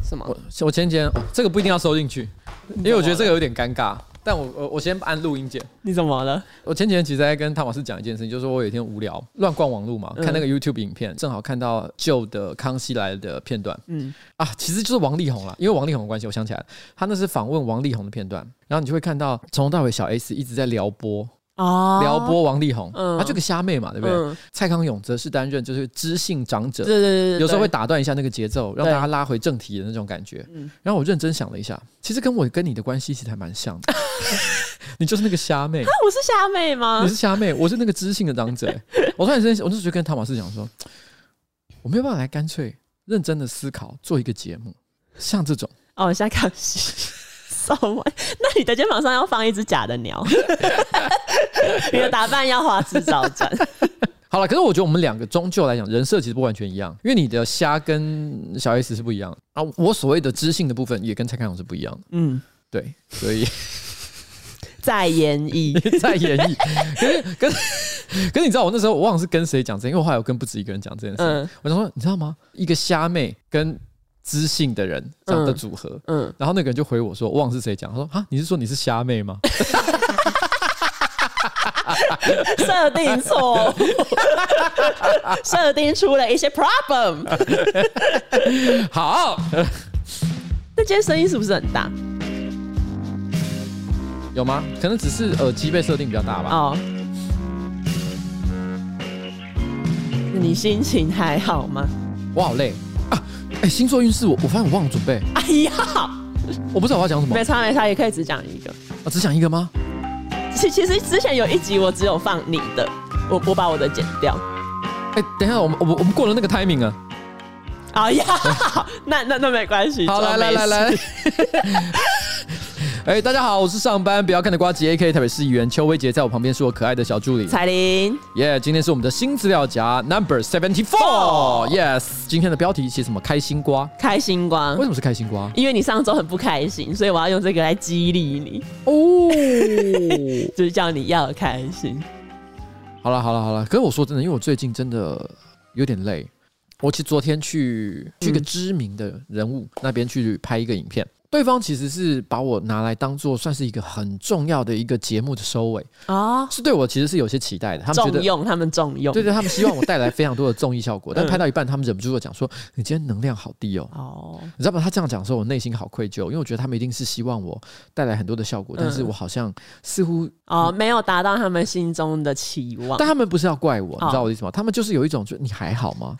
什么？我我前几天、哦这个不一定要收进去，因为我觉得这个有点尴尬。但我我我先按录音键。你怎么了？我前几天其实在跟汤马斯讲一件事情，就是我有一天无聊乱逛网络嘛，嗯看那个 YouTube 影片，正好看到旧的《康熙来了》的片段嗯，啊，其实就是王力宏啦，因为王力宏的关系，我想起来了，他那是访问王力宏的片段，然后你就会看到从头到尾小 S 一直在撩拨哦撩拨王力宏，嗯他就个虾妹嘛，对不对？嗯蔡康永则是担任就是知性长者对，对对对，有时候会对打断一下那个节奏，让对大家拉回正题的那种感觉嗯。然后我认真想了一下，其实跟我跟你的关系其实还蛮像的。 你就是那个虾妹，啊我是虾妹吗你？是虾妹，我是那个知性的长者。欸我突然之间，我就觉得跟汤马斯讲说，我没有办法来干脆认真的思考做一个节目，像这种，哦，像康熙。什么？那你的肩膀上要放一只假的鸟， 你的打扮要花枝招展。好了，可是我觉得我们两个终究来讲，人设其实不完全一样，因为你的虾跟小 S 是不一样的啊。我所谓的知性的部分也跟蔡康永是不一样的，嗯，对，所以在演 绎，在演绎。可是，可是，可是你知道我那时候我忘了是跟谁讲这件，因为我后来有跟不止一个人讲这件事。嗯我想说，你知道吗？一个虾妹跟知性的人这样的组合，嗯，然后那个人就回我说，我忘了是谁讲，他说啊，你是说你是虾妹吗？ 设定错误， 设定出了一些 problem。好，那今天声音是不是很大？有吗？可能只是耳机被设定比较大吧。哦，你心情还好吗？我好累啊！哎、星座运势我我发现我忘了准备，哎呀，我不知道我要讲什么没，差没差，也可以只讲一个。啊，只讲一个吗？其其实之前有一集我只有放你的，我我把我的剪掉。哎、等一下，我们我们我们过了那个 timing 啊。哎 呀，那那那没关系。好，来装没来事来来。 哎、大家好，我是上班不要看的瓜吉 A K 台北市议员邱威杰，在我旁边是我可爱的小助理。彩铃，耶今天是我们的新资料夹 Number Seventy Four，Yes。今天的标题写什么？开心瓜？开心瓜为。什么是开心瓜？因为你上周很不开心，所以我要用这个来激励你，哦，就是叫你要开心。 好了好了好了。可是我说真的，因为我最近真的有点累。我其实昨天去去嗯一个知名的人物、那边去拍一个影片，对方其实是把我拿来当做算是一个很重要的一个节目的收尾，哦，是对我其实是有些期待的。他们觉重得用他们重用。对对，他们希望我带来非常多的综艺效果，但嗯拍到一半，他们忍不住的讲说：“你今天能量好低哦。”哦，你知道吗？他这样讲的时候，我内心好愧疚，因为我觉得他们一定是希望我带来很多的效果，但是嗯我好像似乎，哦，没有达到他们心中的期望但。他们不是要怪哦我，你知道我的意思吗？他们就是有一种，就你还 好吗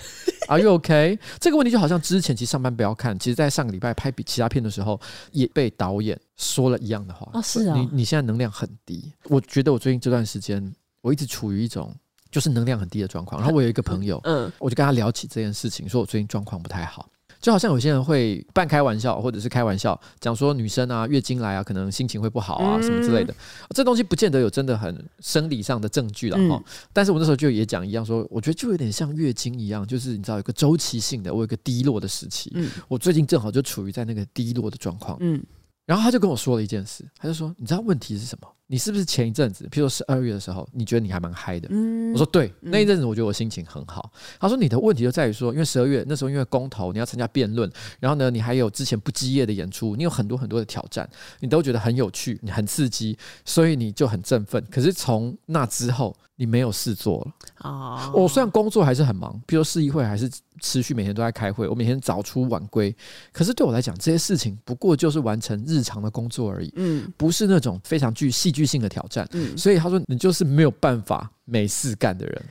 ？Are you OK？这个问题就好像之前其实上班不要看，其实在上个礼拜拍比其他片的时候，也被导演说了一样的话。哦是哦你你现在能量很低，我觉得我最近这段时间，我一直处于一种就是能量很低的状况。然后我有一个朋友，嗯，我就跟他聊起这件事情，说我最近状况不太好。就好像有些人会半开玩笑，或者是开玩笑讲说女生啊月经来啊，可能心情会不好啊、嗯什么之类的。这东西不见得有真的很生理上的证据了嗯哈、但是我那时候就也讲一样说，我觉得就有点像月经一样，就是你知道有个周期性的，我有一个低落的时期。嗯我最近正好就处于在那个低落的状况。嗯然后他就跟我说了一件事，他就说你知道问题是什么？你是不是前一阵子，譬如说十二月的时候，你觉得你还蛮嗨的？嗯我说对，那一阵子我觉得我心情很好。他说你的问题就在于说，因为十二月那时候因为公投你要参加辩论，然后呢你还有之前不羁业的演出，你有很多很多的挑战，你都觉得很有趣，你很刺激，所以你就很振奋。可是从那之后你没有事做了。哦我虽然工作还是很忙，比如市议会还是持续每天都在开会，我每天早出晚归，可是对我来讲这些事情不过就是完成日常的工作而已。嗯不是那种非常具戏剧性的挑战，嗯，所以他说你就是没有办法没事干的人。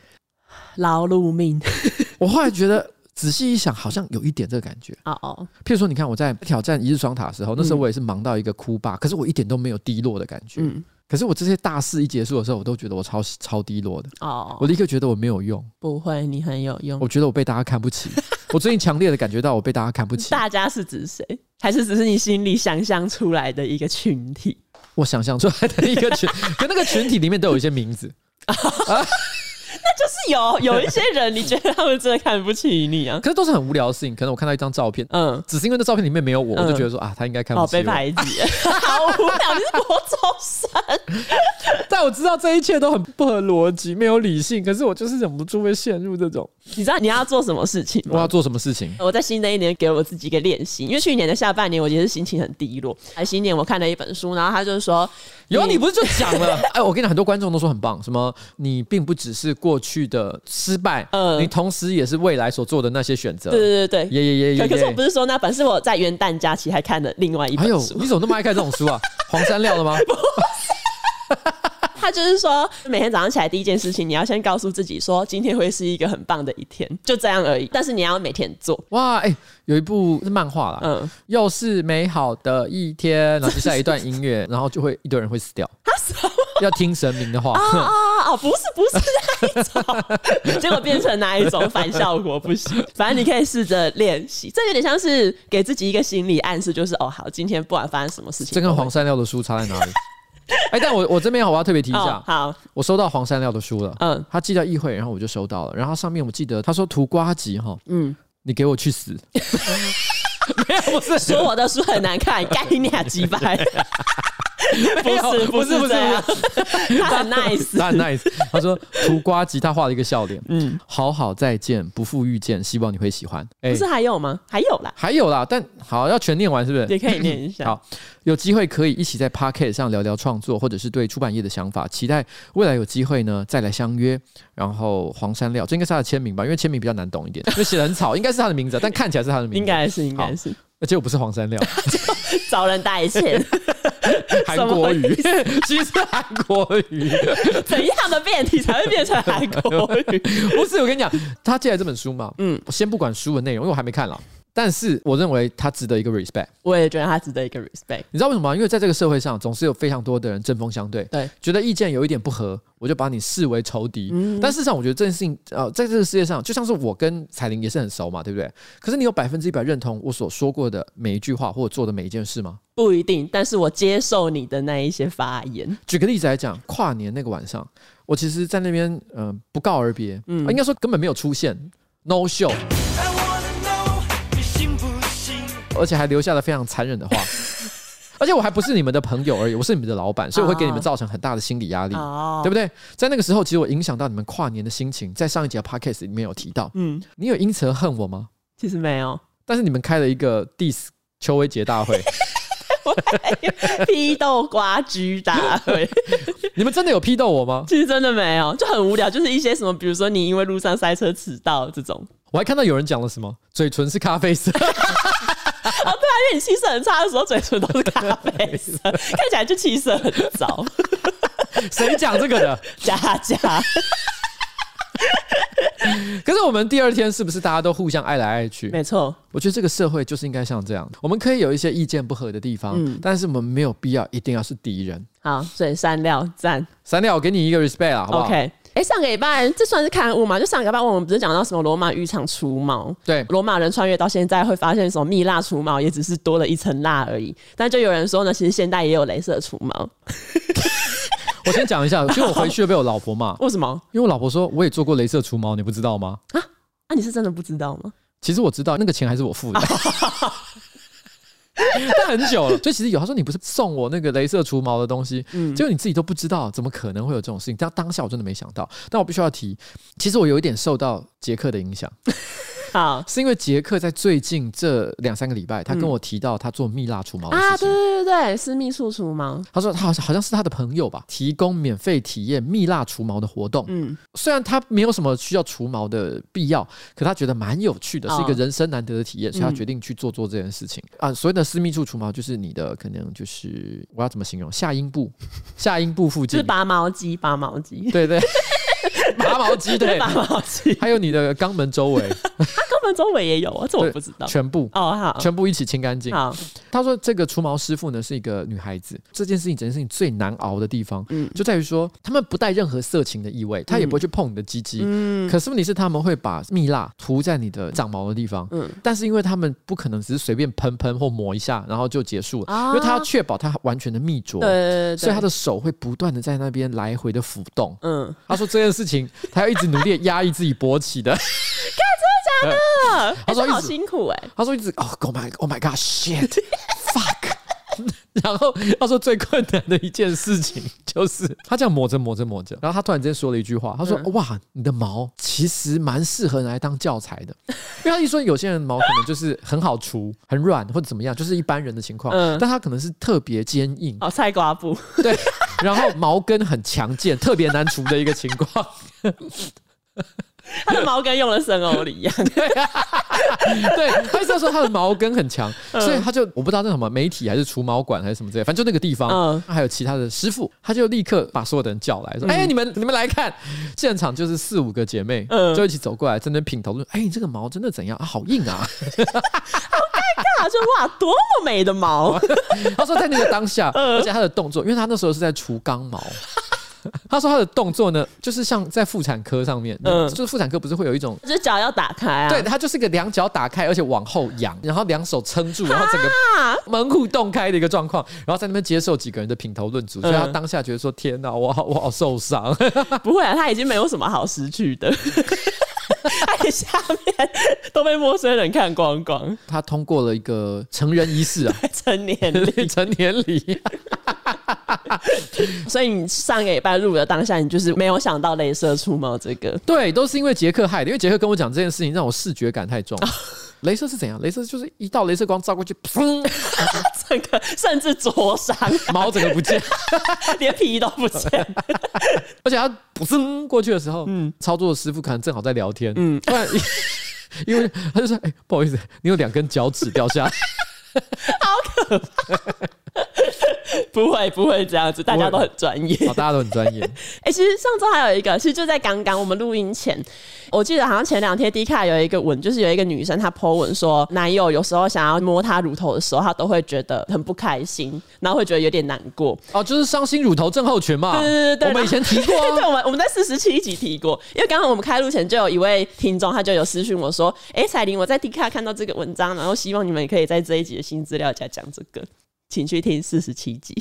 劳碌命我后来觉得仔细一想，好像有一点这个感觉。哦哦，譬如说，你看我在挑战一日双塔的时候，那时候我也是忙到一个哭吧，可是我一点都没有低落的感觉。嗯可是我这些大事一结束的时候，我都觉得我超超低落的，我哦，立刻觉得我没有用，不会，你很有用我。觉得我被大家看不起。 我最近强烈的感觉到我被大家看不起，大家是指谁？还是只是你心里想象出来的一个群体？ 我想象出来的一个群，可那个群体里面都有一些名字，就是有有一些人，你觉得他们真的看不起你啊？可是都是很无聊的事情。可能我看到一张照片，嗯，只是因为那照片里面没有我，嗯我就觉得说啊，他应该看不哦，起被我。排挤， 好无聊，你是国中生，但我知道这一切都很不合逻辑，没有理性。可是我就是忍不住会陷入这种你知道你要做什么事情我吗要？做什么事情？我在新的一年给我自己一个练习，因为去年的下半年我其实心情很低落。哎，新年我看了一本书，然后他就说，有啊，你你不是就讲了？ 哎，我跟你讲，很多观众都说很棒，什么你并不只是过去的失败，嗯你同时也是未来所做的那些选择。对对对对，耶耶耶耶可耶！可是我不是说那本，是我在元旦假期还看了另外一哎本呦，书。你怎么那么爱看这种书 啊？黄山料的吗？他就是说，每天早上起来第一件事情，你要先告诉自己说，今天会是一个很棒的一天，就这样而已。但是你要每天做。哇，哎、有一部是漫画啦，嗯，又是美好的一天，然后接下来一段 音乐，然后就会一堆人会死掉。要听神明的话，啊哦 啊啊！不是不是那一种，结果变成哪一种反效果不行。反正你可以试着练习，这有点像是给自己一个心理暗示，就是哦，好，今天不管发生什么事情， 这跟我会黄山料的书差在哪里？哎、但我我这边我要特别提一下，哦好，我收到黄山料的书了，嗯他寄到议会，然后我就收到了，然后上面我记得他说图瓜集哈，嗯，你给我 去死， 没有不是说我的书很难看，干你俩几 百。不没有是不是是不是这样， 他很 nice，他很 nice，他说图瓜集他画了一个笑脸，嗯，好好再见，不负遇见，希望你会喜欢，哎、不是还啊有吗？还有啦，还有啦，但好要全念完是不是？也可以念一下。好，有机会可以一起在 p o c k e t 上聊聊创作，或者是对出版业的想法。期待未来有机会呢再来相约。然后黄山料，这应该是他的签名吧？因为签名比较难懂一点，因为写的很草，应该是他的名字啊，但看起来是他的名字。应，该是，应该是 而且我不是黄山料，找人代 欠，韩国语，其实是韩国语。怎样的变体才会变成韩国语？ 不是，我跟你讲，他借来这本书嘛，嗯嗯，我先不管书的内容，因为我还没看了。但是我认为他值得一个 respect，我也觉得他值得一个 respect。你知道为什么吗？因为在这个社会上，总是有非常多的人针锋相对，对，觉得意见有一点不合，我就把你视为仇敌。嗯但事实上，我觉得这件事情，呃，在这个世界上，就像是我跟彩玲也是很熟嘛，对不对？可是你有百分之一百认同我所说过的每一句话或者做的每一件事吗？不一定，但是我接受你的那一些发言。举个例子来讲，跨年那个晚上，我其实在那边，嗯、不告而别，嗯，应该说根本没有出现，no show， I wanna know 你信不信？而且还留下了非常残忍的 话。而且我还不是你们的朋友而已，我是你们的老板，所以我会给啊你们造成很大的心理压力。哦对，不对？在那个时候，其实我影响到你们跨年的心情，在上一集的 podcast 里面有提到，嗯，你有因此而恨我吗？其实没有，但是你们开了一个 diss 邱威 杰大会，批斗瓜居 大会，你们真的有批斗我吗？其实真的没有，就很无聊，就是一些什么，比如说你因为路上塞车迟到这种。我还看到有人讲了什么，嘴唇是咖啡色， 哦，对啊，因为你气色很差的时候，嘴唇都是咖啡 色，看起来就气色很 糟。谁讲这个的？加加，可是我们第二天是不是大家都互相爱来爱去？没错，我觉得这个社会就是应该像这样，我们可以有一些意见不合的地方，嗯但是我们没有必要一定要是敌人。好，所以删料赞。三料，我给你一个 respect 啦，好不好 OK，哎、上个礼拜这算是刊物嘛？就上个礼拜我们不是讲到什么罗马浴场除毛，对，罗马人穿越到现在会发现什么蜜蜡除毛也只是多了一层蜡而已。但就有人说呢，其实现代也有镭射除毛，我先讲 一下，就我回去被我老婆骂，为什么？因为我老婆说我也做过镭射除毛，你不知道吗？啊，你是真的不知道吗？其实我知道那个钱还是我付的， 但很久了。所以其实有他说你不是送我那个镭射除毛的东西，嗯结果你自己都不知道，怎么可能会有这种事情？但当下我真的没想到。但我必须要提，其实我有一点受到杰克的影响，好是因为杰克在最近这两三个礼拜，他跟我提到他做蜜蜡除毛的嗯啊，事对情。对对对，私密处除毛，他说他好像好像是他的朋友吧，提供免费体验蜜蜡除毛的活动。嗯，虽然他没有什么需要除毛的必要，可他觉得蛮有趣的，哦是一个人生难得的体验，所以他嗯决定去做做这件事情、啊。所谓的私密处除毛，就是你的可能就是我要怎么形容下阴 部，下阴部附就 近是，拔毛机，拔毛机， 对对，拔毛机就是 对，拔毛机，还有你的肛门周围，根们中文也有啊，这我不知道。全部 哦，好，全部一起清干净。好，他说这个除毛师傅呢是一个女孩子，这件事情整件事情最难熬的地方，嗯就在于说他们不带任何色情的意味，他也不会去碰你的鸡鸡。嗯可是问题是，他们会把蜜蜡涂在你的长毛的地方，嗯但是因为他们不可能只是随便喷喷或抹一下，然后就结束了，啊因为他要确保它完全的密着，对对对，所以他的的手会不断的在那边来回的浮动。嗯，他说这件事情，他要一直努力地压抑自己勃起的。啊他说哎这好一直辛苦哎，他说一直哦，Oh my Oh my God shit fuck。然后他说最困难的一件事情就是他这样抹着抹着抹着，然后他突然之间说了一句话，他说：“哇，你的毛其实蛮适合拿来当教材的， 因为他一说有些人毛可能就是很好除、很软或者怎么样，就是一般人的情况，嗯但他可能是特别坚 硬，哦，菜瓜布， 对，然后毛根很强健，特别难除的一个情况。”他的毛跟用了生欧里一样，对，他就说他的毛根很强，嗯所以他就我不知道那什么媒体还是除毛馆还是什么之类，反正就那个地方，嗯还有其他的师傅，他就立刻把所有的人叫来说：“哎、你们你们来看！”现场就是四五个姐妹，嗯就一起走过来，在那边品头论：“哎、你这个毛真的怎样啊？好硬 啊大家就哇，多么美的毛，！”他说在那个当下，嗯而且他的动作，因为他那时候是在除肛 毛。他说他的动作呢，就是像在妇产科上面，嗯就是妇产科不是会有一种 就是脚要打开啊，对，它就是个两脚打开，而且往后仰，然后两手撑住，然后整个啊，门户洞开的一个状况，然后在那边接受几个人的品头论足，所以他当下觉得说：“天哪，我好我好受伤。不会啊，他已经没有什么好失去的。 他的下面都被陌生人看光 光，” 他通过了一个成人仪式啊，成年礼。 成年礼。所以你上个礼拜录的当下，你就是没有想到镭射除毛这个， 对，都是因为杰克害的，因为杰克跟我讲这件事情，让我视觉感 太重。镭射是怎样？镭射就是一道镭射光照过去， 砰，整个甚至灼伤， 毛整个不见，连皮都不见。而且他砰过去的时候，嗯操作的师傅可能正好在聊天，嗯，突然 因为他就说：“哎、不好意思，你有两根脚趾掉下来。” 不会，不会这样子，大家都很专业。好，大家都很专业。哎、其实上周还有一个，其实就在刚刚我们录音前，我记得好像前两天 D 卡有一个文，就是有一个女生她 po 文说，男友有时候想要摸她乳头的时候，她都会觉得很不开心，然后会觉得有点难过。 哦，就是伤心乳头症候群嘛。对对对对我们以前提过啊、 对，我们我们在四十七集提过，因为刚刚我们开录前就有一位听众，他就有私讯我说：“哎、彩玲，我在 D 卡看到这个文章，然后希望你们可以在这一集的新资料夹讲这个，请去听四十七集，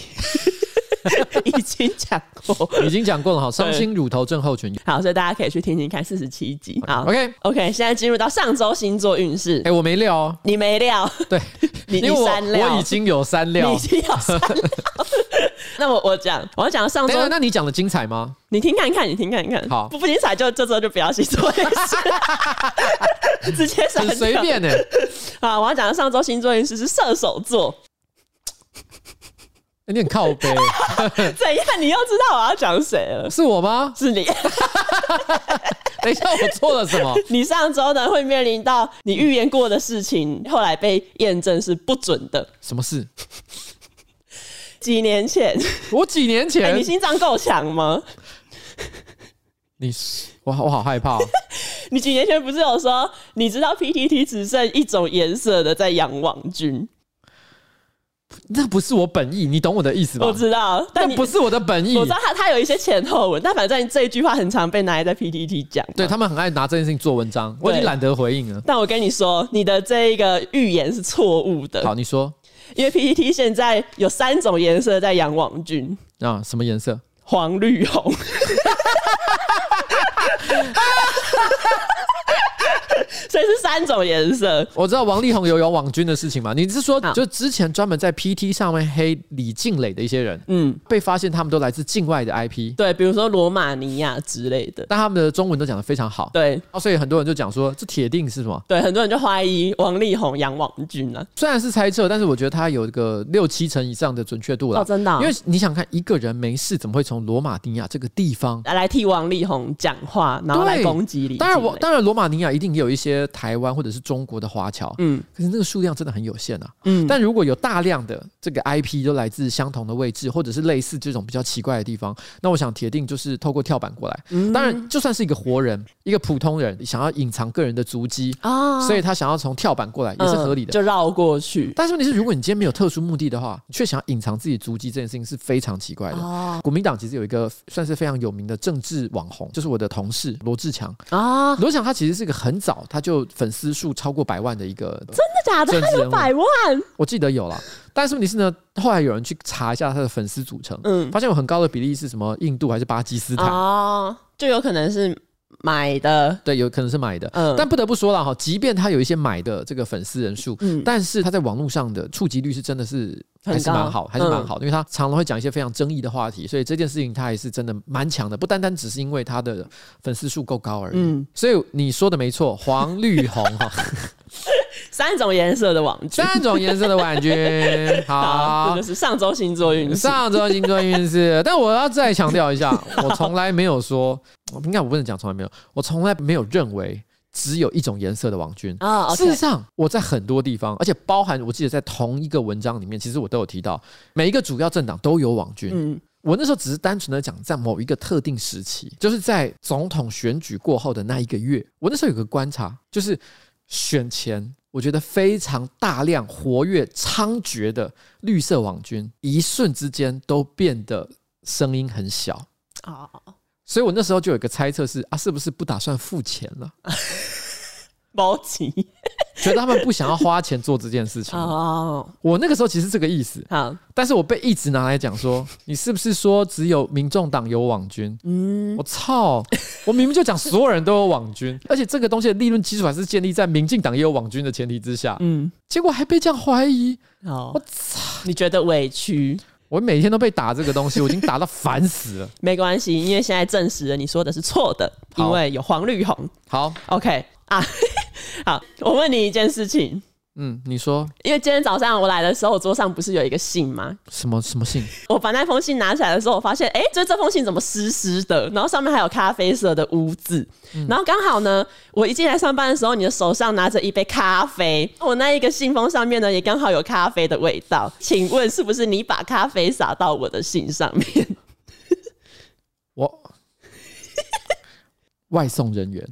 已经讲过。已经讲过了哈，伤心乳头症候群。好，所以大家可以去听听看四十七集。好 OK，哎、 OK，现在进入到上周星座运势，我没料哦，你没料，对， 你因为我你删料我已经有三你料已。经有删料。 那我我讲，我要讲上等周一下，那你讲的精彩吗？你听看看，你听看看。好不不精彩就这周就不要写作业 是直接删很掉随便呢、欸。啊！我要讲的上周星座运势是射手座，有点哎靠 背，怎样？你又知道我要讲谁了？是我吗？是你， 等一下，我做了什么？你上周呢会面临到你预言过的事情，后来被验证是不准的。什么事？几年 前，我几年哎、前，你心脏够强吗？你我好我好害怕哦、你几年前不是有说，你知道 PTT 只剩一种颜色的在养网军？那不是我本意，你懂我的意思吧我？知道，哦但那你不是我的本意我。知道他他有一些前后文，但反正这一句话很常被拿来在 PTT 讲。对，他们很爱拿这件事情做文章，我已经对懒得回应了。但我跟你说，你的这一个预言是错误的，好，你说因为 PTT 现在有三种颜色在养网军：啊，什么颜色？黄、绿、红。 所以是三种颜色，我知道王力宏有有网军的事情嘛？你是说好就之前专门在 PT 上面黑李静蕾的一些人，嗯，被发现他们都来自境外的 IP，对，比如说罗马尼亚之类的，但他们的中文都讲得非常好，对哦，所以很多人就讲说这铁定是什么？对，很多人就怀疑王力宏养网军啊，虽然是猜测，但是我觉得他有一个六七成以上的准确度了、哦真的哦因为你想看一个人没事怎么会从罗马尼亚这个地方？来替王力宏讲话，然后来对攻击李静蕾。当然我，当然罗马尼亚一定也有一些台湾或者是中国的华侨，嗯可是那个数量真的很有限啊。嗯，但如果有大量的这个 IP 都来自相同的位置，或者是类似这种比较奇怪的地方，那我想铁定就是透过跳板过来。嗯当然，就算是一个活人，一个普通人想要隐藏个人的足迹，啊所以他想要从跳板过来也是合理的。嗯就绕过去。但是问题是，如果你今天没有特殊目的的话，你却想隐藏自己足迹，这件事情是非常奇怪的。哦国民党其实有一个算是非常有名的政治网红，就是我的同事罗志强。啊，真罗志强他其实是一个很早他就粉丝数超过百万的一个的假的？政他治人有物百万？我记得有啦，但是问题是呢，后来有人去查一下他的粉丝组成，嗯发现有很高的比例是什么印度还是巴基斯坦，哦，就有可能是买的。对，有可能是买的。嗯但不得不说了哈，即便他有一些买的这个粉丝人数，嗯但是他在网络上的触及率是真的是很还是高蛮好，还是蛮嗯好的，因为他常常会讲一些非常争议的话题，所以这件事情他还是真的蛮强的，不单单只是因为他的粉丝数够高而已。嗯所以你说的没错，黄绿红哈，三种颜色的网剧。三种颜色的 婉君，好，好这就，是上周星座运势。上周星座运势，但我要再强调一下，我从来没有说，应该我不能讲从来没有，我从来没有认为只有一种颜色的王军。啊事实，OK，上，我在很多地方，而且包含我记得在同一个文章里面，其实我都有提到，每一个主要政党都有网军。嗯我那时候只是单纯的讲，在某一个特定时期，就是在总统选举过后的那一个月，我那时候有个观察，就是选前，我觉得非常大量、活跃、猖獗的绿色网军，一瞬之间都变得声音很小。哦，所以我那时候就有一个猜测是啊，是不是不打算付钱了？包起觉得他们不想要花钱做这件事情。哦，我那个时候其实这个意思，好，但是我被一直拿来 讲说，你是不是说只有民众党有网军？嗯，我操！我明明就讲所有人都有网军， 而且这个东西的利润基础还是建立在民进党也有网军的前提之下，嗯，结果还被这样怀疑，好我，操！你觉得委屈我每天都被打这个东西，我已经打到烦 死了。没关系，因为现在证实了你说的是错的，好因为有黄绿红。好， OK 啊， 好，我问你一件事情，嗯，你说因为今天早上我来的时候，我桌上不是有一个信吗？什么什么信？我把那封信拿起来的时候，我发现，哎、就这封信怎么湿湿的，然后上面还有咖啡色的污渍，然后刚好呢，我一进来上班的时候，你的手上拿着一杯咖啡，我那一个信封上面呢也刚好有咖啡的味道，请问是不是你把咖啡洒到我的信上面？ 我外送人员。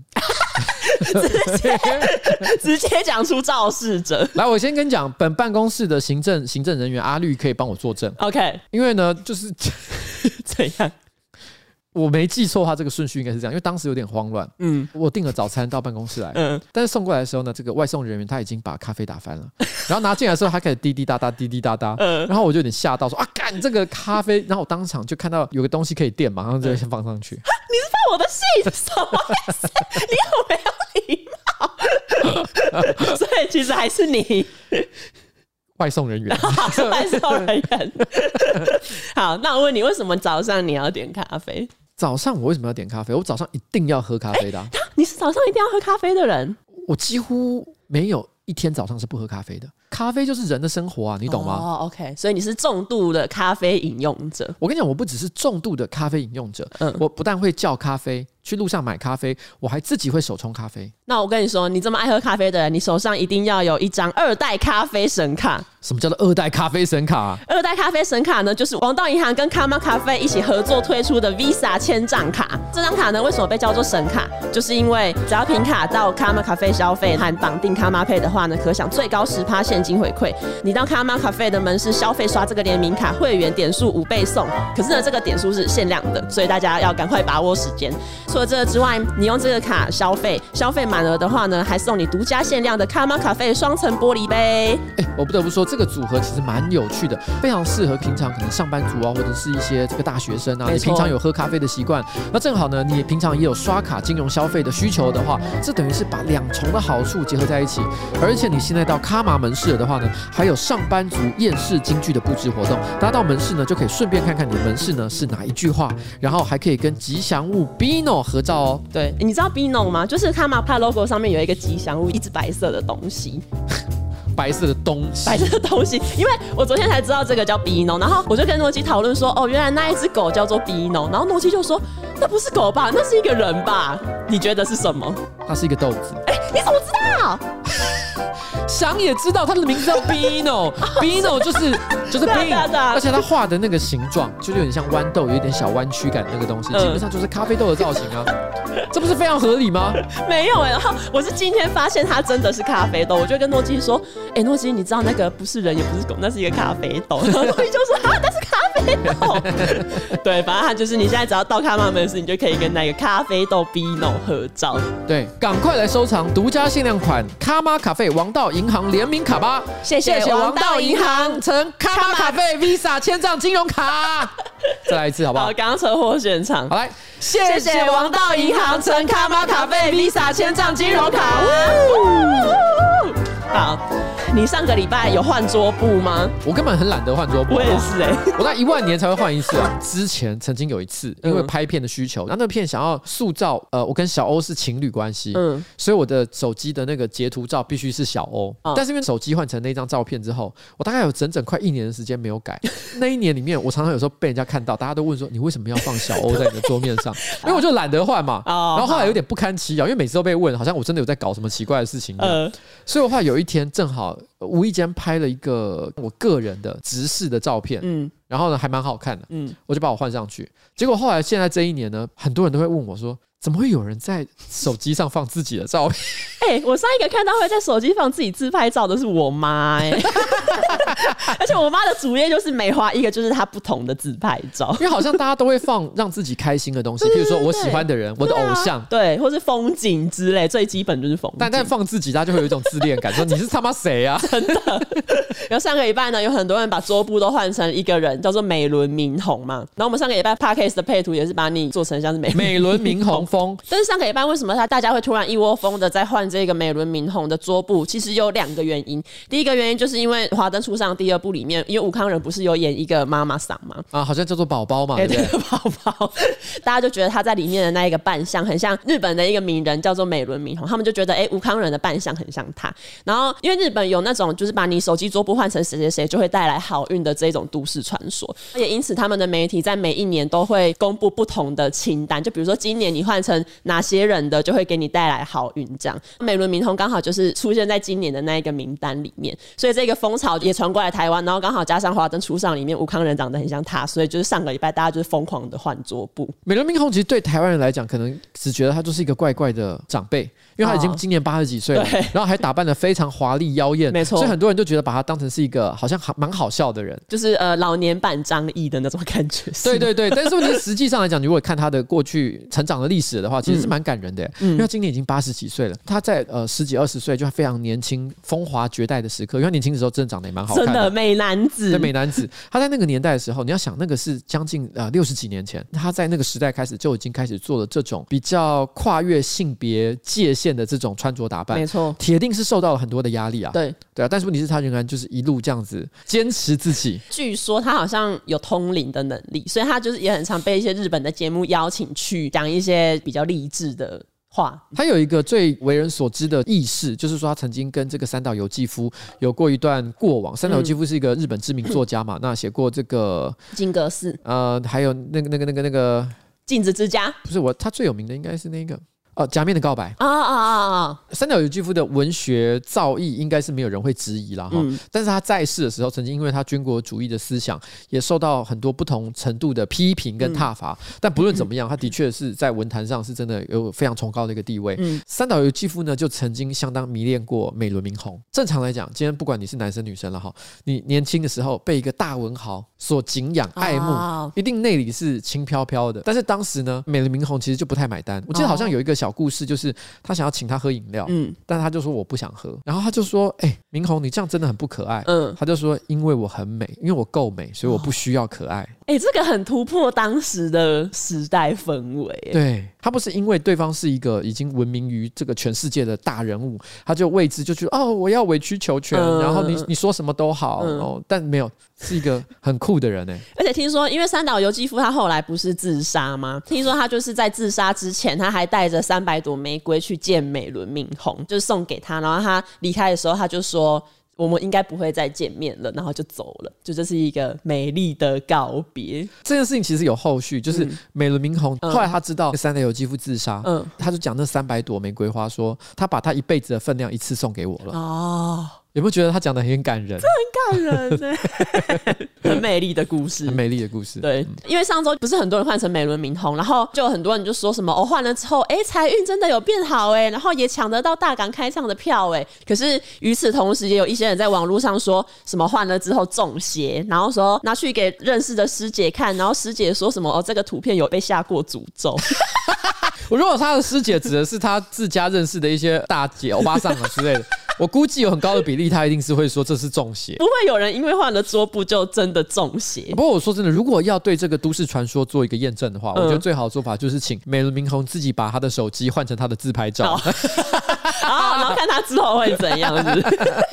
直接讲出肇事者来，我先跟你讲，本办公室的行政行政人员阿绿可以帮我作证， ，OK，因为呢，就是怎样？我没记错的话，这个顺序应该是这样，因为当时有点慌乱。嗯我订了早餐到办公室来，嗯，但是送过来的时候呢，这个外送人员他已经把咖啡打 翻了，然后拿进来的时候，他开始滴滴答答，滴滴答答，嗯然后我就有点吓到说，啊，干这个咖啡，然后我当场就看到有个东西可以嗯垫嘛，然后就先放上去，你是 放我的信，什么意思？你有没有礼貌？所以其实还是你。 外送人员，好，是外送人员。好，那我问你，为什么早上你要点咖啡？早上我为什么要点咖啡？我早上一定要喝咖啡的啊、 你是早上一定要喝咖啡的人，我几乎没有一天早上是不喝咖啡的，咖啡就是人的生活啊，你懂吗？哦，OK，所以你是重度的咖啡饮用者。我跟你讲，我不只是重度的咖啡饮用者，嗯我不但会叫咖啡，去路上买咖啡，我还自己会手冲咖啡。那我跟你说，你这么爱喝咖啡的人，你手上一定要有一张二代咖啡神卡。什么叫做二代咖啡神卡、啊？二代咖啡神卡呢，就是王道银行跟卡玛咖啡一起合作推出的 Visa 千账卡。这张卡呢，为什么被叫做神卡？就是因为只要凭卡到卡玛咖啡消费和绑定卡玛配的话呢，可享最高十趴现金回馈。你到卡玛咖啡的门市消费刷这个联名卡，会员点数五倍送。可是呢，这个点数是限量的，所以大家要赶快把握时间。除了这个之外，你用这个卡消费，消费满额的话呢，还送你独家限量的卡玛咖啡双层玻璃杯。哎、我不得不说，这个组合其实蛮有趣的，非常适合平常可能上班族啊，或者是一些这个大学生啊，没你错平常有喝咖啡的习惯，那正好呢，你平常也有刷卡金融消费的需求的话，这等于是把两重的好处结合在一起。而且你现在到卡玛门市的话呢，还有上班族厌世京剧的布置活动，大家到门市呢就可以顺便看看你的门市呢是哪一句话，然后还可以跟吉祥物 Bino 合照哦。对，你知道 Bino 吗？就是卡玛帕 logo 上面有一个吉祥物，一只白色的东西，白色的东西白，色的东西。因为我昨天才知道这个叫 Bino，然后我就跟诺基讨论说，哦，原来那一只狗叫做 Bino，然后诺基就说，那不是狗吧，那是一个人吧？你觉得是什么？它是一个豆子。哎、你怎么知道？想也知道他的名字叫 Bino，Bino 就是就是对啊对 Bean，啊对啊而且他画的那个形状就是有点像豌豆，有一点小弯曲感那个东西，嗯基本上就是咖啡豆的造型啊， 这不是非常合理吗？没有哎、然后我是今天发现它真的是咖啡豆，我就跟诺基说：“哎、诺基，你知道那个不是人也不是狗，那是一个咖啡 豆。”然后诺基就说：“啊，那是咖啡豆。” 对，反正它就是你现在只要到咖妈门市，你就可以跟那个咖啡豆 Bino 合照。对，赶快来收藏独家限量款卡玛咖啡王道银行联名卡吧！谢谢王道银行曾卡玛咖啡 Visa 千账金融 卡，再来一次好不好，好？刚刚车祸现场好。来，谢谢王道银行、陈卡玛卡费、Visa 千账金融卡。好，你上个礼拜有换桌布吗？我根本很懒得换桌布，我也是哎、我在一万年才会换一 次啊！之前曾经有一次，嗯因为拍片的需求，那那片想要塑造呃，我跟小欧是情侣关系，嗯嗯，所以我的手机的那个截图照必须是小欧嗯。但是因为手机换成那张照片之后，我大概有整整快一年的时间没有 改。那一年里面，我常常有时候被人家看到，大家都问说你为什么要放小欧在你的桌面上？因为我就懒得换嘛。 哦然后后来有点不堪其扰，因为每次都被问，好像我真的有在搞什么奇怪的事情一样。呃，所以我话有一天正好呃无意间拍了一个我个人的直视的照片，嗯然后呢还蛮好看的，嗯，我就把我换上去。结果后来现在这一年呢，很多人都会问我说，怎么会有人在手机上放自己的照片？ 哎、我上一个看到会在手机放自己自拍照的是我妈哎、 而且我妈的主页就是每花一个就是她不同的自拍照，因为好像大家都会放让自己开心的东西，譬如说我喜欢的人，我的偶像。对，啊或是风景之类，最基本就是风景。但但放自己，大家就会有一种自恋 感，说你是他妈谁啊？然后上个礼拜呢，有很多人把桌布都换成一个人，叫做美轮明宏嘛。然后我们上个礼拜 podcast 的配图也是把你做成像是美美轮明宏风，但是上个礼拜为什么他大家会突然一窝蜂的在换这个美轮明宏的桌布？其实有两个原因。第一个原因就是因为《华灯初上》第二部里面，因为吴康仁不是有演一个妈妈桑嘛，啊，好像叫做宝宝嘛，对不这对？个宝宝，大家就觉得他在里面的那一个扮相很像日本的一个名人，叫做美轮明宏，他们就觉得哎，吴、康仁的扮相很像他。然后因为日本有那种就是把你手机桌布换成谁谁谁就会带来好运的这种都市传说，也因此他们的媒体在每一年都会公布不同的清单，就比如说今年你换成哪些人的，就会给你带来好运。这样，美轮明宏刚好就是出现在今年的那一个名单里面，所以这个风潮也传过来台湾，然后刚好加上《华灯初上》里面吴康仁长得很像他，所以就是上个礼拜大家就是疯狂的换桌布。美轮明宏其实对台湾人来讲，可能只觉得他就是一个怪怪的长辈，因为他已经哦今年八十几岁了，对然后还打扮的非常华丽妖艳，没错所以很多人就觉得把他当成是一个好像还蛮好笑的人。就是呃老年版张译的那种感觉，是吗对对对，但是问题是实际上来讲，如果看他的过去成长的历史的话，其实是嗯蛮感人的耶，因为他今年已经八十几岁了，他在呃十几二十岁就非常年轻、风华绝代的时刻，因为他年轻的时候真的长得也蛮好看真的美男子对，美男子，他在那个年代的时候，你要想那个是将近呃六十几年前，他在那个时代开始就已经开始做了这种比较跨越性别界限的这种穿着打扮没，错，铁定是受到了很多的压力啊。对。对啊，但是问题是，他仍然就是一路这样子坚持自己。据说他好像有通灵的能力，所以他就是也很常被一些日本的节目邀请去讲一些比较励志的话。他有一个最为人所知的轶事，就是说他曾经跟这个三岛由纪夫有过一段过往。三岛由纪夫是一个日本知名作家嘛，那写过这个金阁寺、呃，还有那个那个那个那个，镜子之家不是我，他最有名的应该是那个呃《假面的告白》。啊啊啊啊！三岛由纪夫的文学造诣应该是没有人会质疑啦哈，嗯但是他在世的时候，曾经因为他军国主义的思想，也受到很多不同程度的批评跟挞伐。但不论怎么样，他的确是在文坛上是真的有非常崇高的一个地位。嗯三岛由纪夫呢，就曾经相当迷恋过美轮明宏。正常来讲，今天不管你是男生女生了哈，你年轻的时候被一个大文豪所敬仰爱慕，哦一定内里是轻飘飘的。但是当时呢，美轮明宏其实就不太买单。我记得好像有一个小故事，就是他想要请他喝饮料，嗯但他就说我不想喝，然后他就说：“哎、明宏，你这样真的很不可爱。嗯，他就说：“因为我很美，因为我够美，所以我不需要可爱。哎、这个很突破当时的时代氛围。哎对他不是因为对方是一个已经闻名于这个全世界的大人物，他就为之就觉得哦，我要委曲求全，嗯然后你你说什么都好、嗯哦，但没有是一个很酷的人哎、而且听说，因为三岛由纪夫他后来不是自杀吗？听说他就是在自杀之前，他还带着三百朵玫瑰去见美轮明宏，就是送给他。然后他离开的时候，他就说。我们应该不会再见面了，然后就走了，就这是一个美丽的告别。这件事情其实有后续，就是美轮明宏、嗯后来他知道三雷有肌肤自杀，嗯他就讲那三百朵玫瑰花说，他把他一辈子的分量一次送给我了。哦，有没有觉得他讲的很感人，很感人呢，很美丽的故事很。美丽的故事？对，因为上周不是很多人换成美轮明宏，然后就有很多人就说什么哦，换了之后，哎、财运真的有变好哎、然后也抢得到大港开唱的票哎、可是与此同时，也有一些人在网络上说什么换了之后中邪，然后说拿去给认识的师姐看，然后师姐说什么哦，这个图片有被下过诅咒，我如果他的师姐指的是他自家认识的一些大姐、 欧巴桑啊之类的，我估计有很高的比例，他一定是会说这是中邪。不会有人因为换了桌布就真的中邪 不。过我说真的，如果要对这个都市传说做一个验证的话，我觉嗯得最好的做法就是请美轮明宏自己把他的手机换成他的自拍照。啊，然后看他之后会怎样子。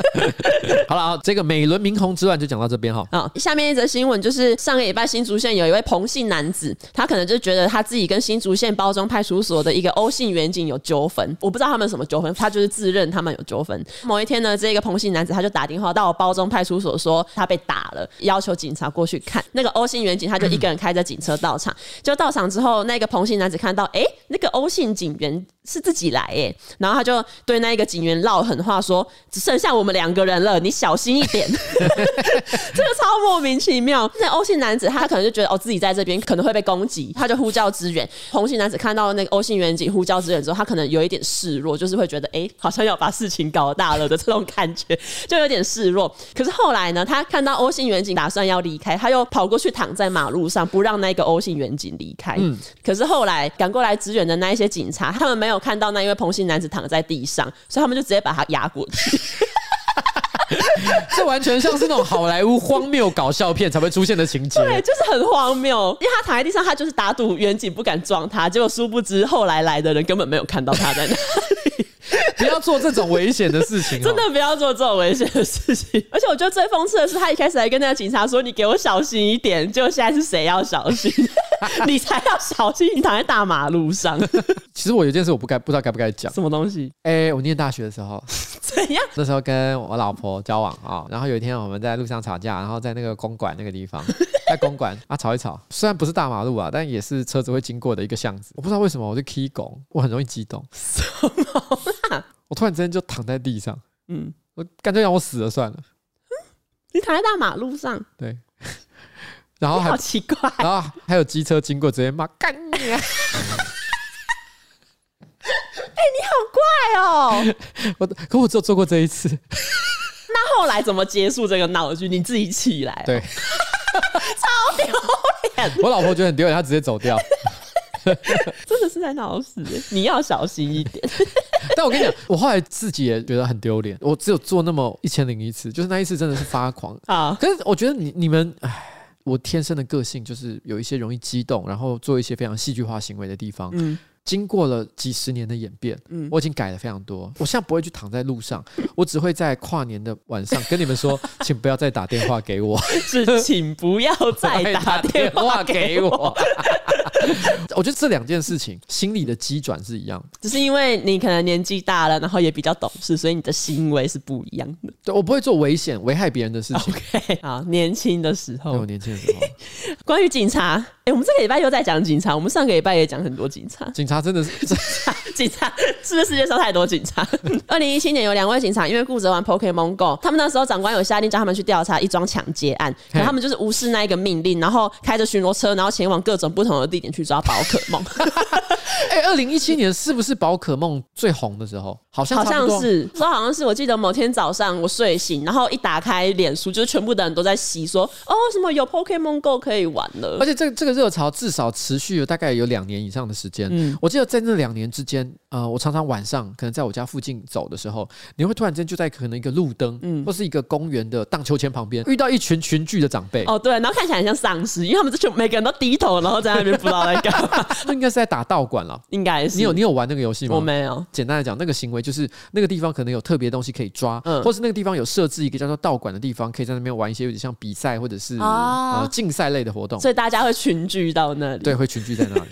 好了，这个美轮明宏之乱就讲到这边哈。啊、下面一则新闻就是上个礼拜新竹县有一位彭姓男子，他可能就觉得他自己跟新竹县包装派出所的一个欧姓远警有纠纷，我不知道他们什么纠纷，他就是自认他们有纠纷。某一天呢，这个彭姓男子他就打电话到包装派出所说他被打了，要求警察过去看。那个欧姓远警他就一个人开着警车到场，就到场之后，那个彭姓男子看到，诶，哎那个欧姓警员是自己来耶、然后他就对那一个警员唠狠话说，只剩下我们两个人了，你小心一点。这个超莫名其妙。 那欧姓男子他可能就觉得哦自己在这边可能会被攻击，他就呼叫支援。红姓男子看到那个欧姓远景呼叫支援之后，他可能有一点示弱，就是会觉得哎、诶好像要把事情搞大了的这种感觉，就有点示弱。可是后来呢，他看到欧姓远景打算要离开，他又跑过去躺在马路上，不让那个欧姓远景离开。可是后来赶过来支援的那一些警察，他们没有看到那一位彭姓男子躺在地上，所以他们就直接把他压过去。这完全像是那种好莱坞荒谬搞笑片才会出现的情节。对，就是很荒谬，因为他躺在地上，他就是打赌远景不敢撞他，结果殊不知后来来的人根本没有看到他在 那，不要做这种危险的事情、哦。 真，的不要做这种危险的事情。 而且我觉得最讽刺的是，他一开始还跟那个警察说：“你给我小心一点。”结果现在是谁要小 心？你才要小心，你躺在大马路上，其实我有一件事我不该不知道该不该讲。什么东西？哎、我念大学的时候， 怎样？那时候跟我老婆交往啊、然后有一天我们在路上吵架，然后在那个公馆那个地方，在公馆啊吵一吵，虽然不是大马路啊，但也是车子会经过的一个巷子。我不知道为什么我就 K 拱，我很容易激动，我突然之间就躺在地上，嗯，我干脆让我死了算了。你躺在大马路上，对， 然后你还好奇怪。哦然后还有机车经过，直接骂干你、啊！ 哎呦，我可我只有做过这一次，那后来怎么结束这个闹剧？你自己起来、对，超丢脸。我老婆觉得很丢脸，她直接走掉。真的是在闹事耶，你要小心一点。 但我跟你讲，我后来自己也觉得很丢脸。我只有做那么一千零一次，就是那一次真的是发狂。好，可是我觉得你你们，唉，我天生的个性就是有一些容易激动，然后做一些非常戏剧化行为的地方。嗯。经过了几十年的演变，嗯我已经改了非常多。我现在不会去躺在路上，我只会在跨年的晚上跟你们说，请不要再打电话给我。是请不要再打电话给我。我。我觉得这两件事情心理的机转是一样的。 只是因为你可能年纪大了，然后也比较懂事，所以你的行为是不一 样的。对我不会做危险、危害别人的事嗯情。 OK，好，年轻的时在我候，年轻的时候，关于警察，哎、我们这个礼拜又在讲警察，我们上个礼拜也讲很多警察。 警察真的是 真警察是不是世界上太多警 察？二零一七年有两位警察因为顾着玩 Pokemon Go，他们那时候长官有下令叫他们去调查一桩抢劫案，可他们就是无视那一个命令，然后开着巡逻车，然后前往各种不同的地点去抓宝可梦。哎，二零一七年是不是宝可梦最红的时候？好像好差像不多。是说，好像是我记得某天早上我睡醒，然后一打开脸书，就是全部的人都在洗说，哦，什么有 Pokemon Go 可以玩了而。且这个这个热潮至少持续了大概有两年以上的时间。嗯我记得在那两年之间，呃，我常常晚上可能在我家附近走的时候，你会突然间就在可能一个路灯，嗯或是一个公园的荡秋千旁边，遇到一群群聚的长辈，哦，对，然后看起来很像丧尸，因为他们就全每个人都低头，然后在那边不知道在干嘛，那应该是在打道馆了。应该是你有你有玩那个游戏吗？我没有，简单来讲，那个行为就是那个地方可能有特别东西可以抓，嗯或是那个地方有设置一个叫做道馆的地方，可以在那边玩一些有点像比赛或者是、啊呃竞赛类的活动。所以大家会群群聚到那里。对，会群聚在那 里。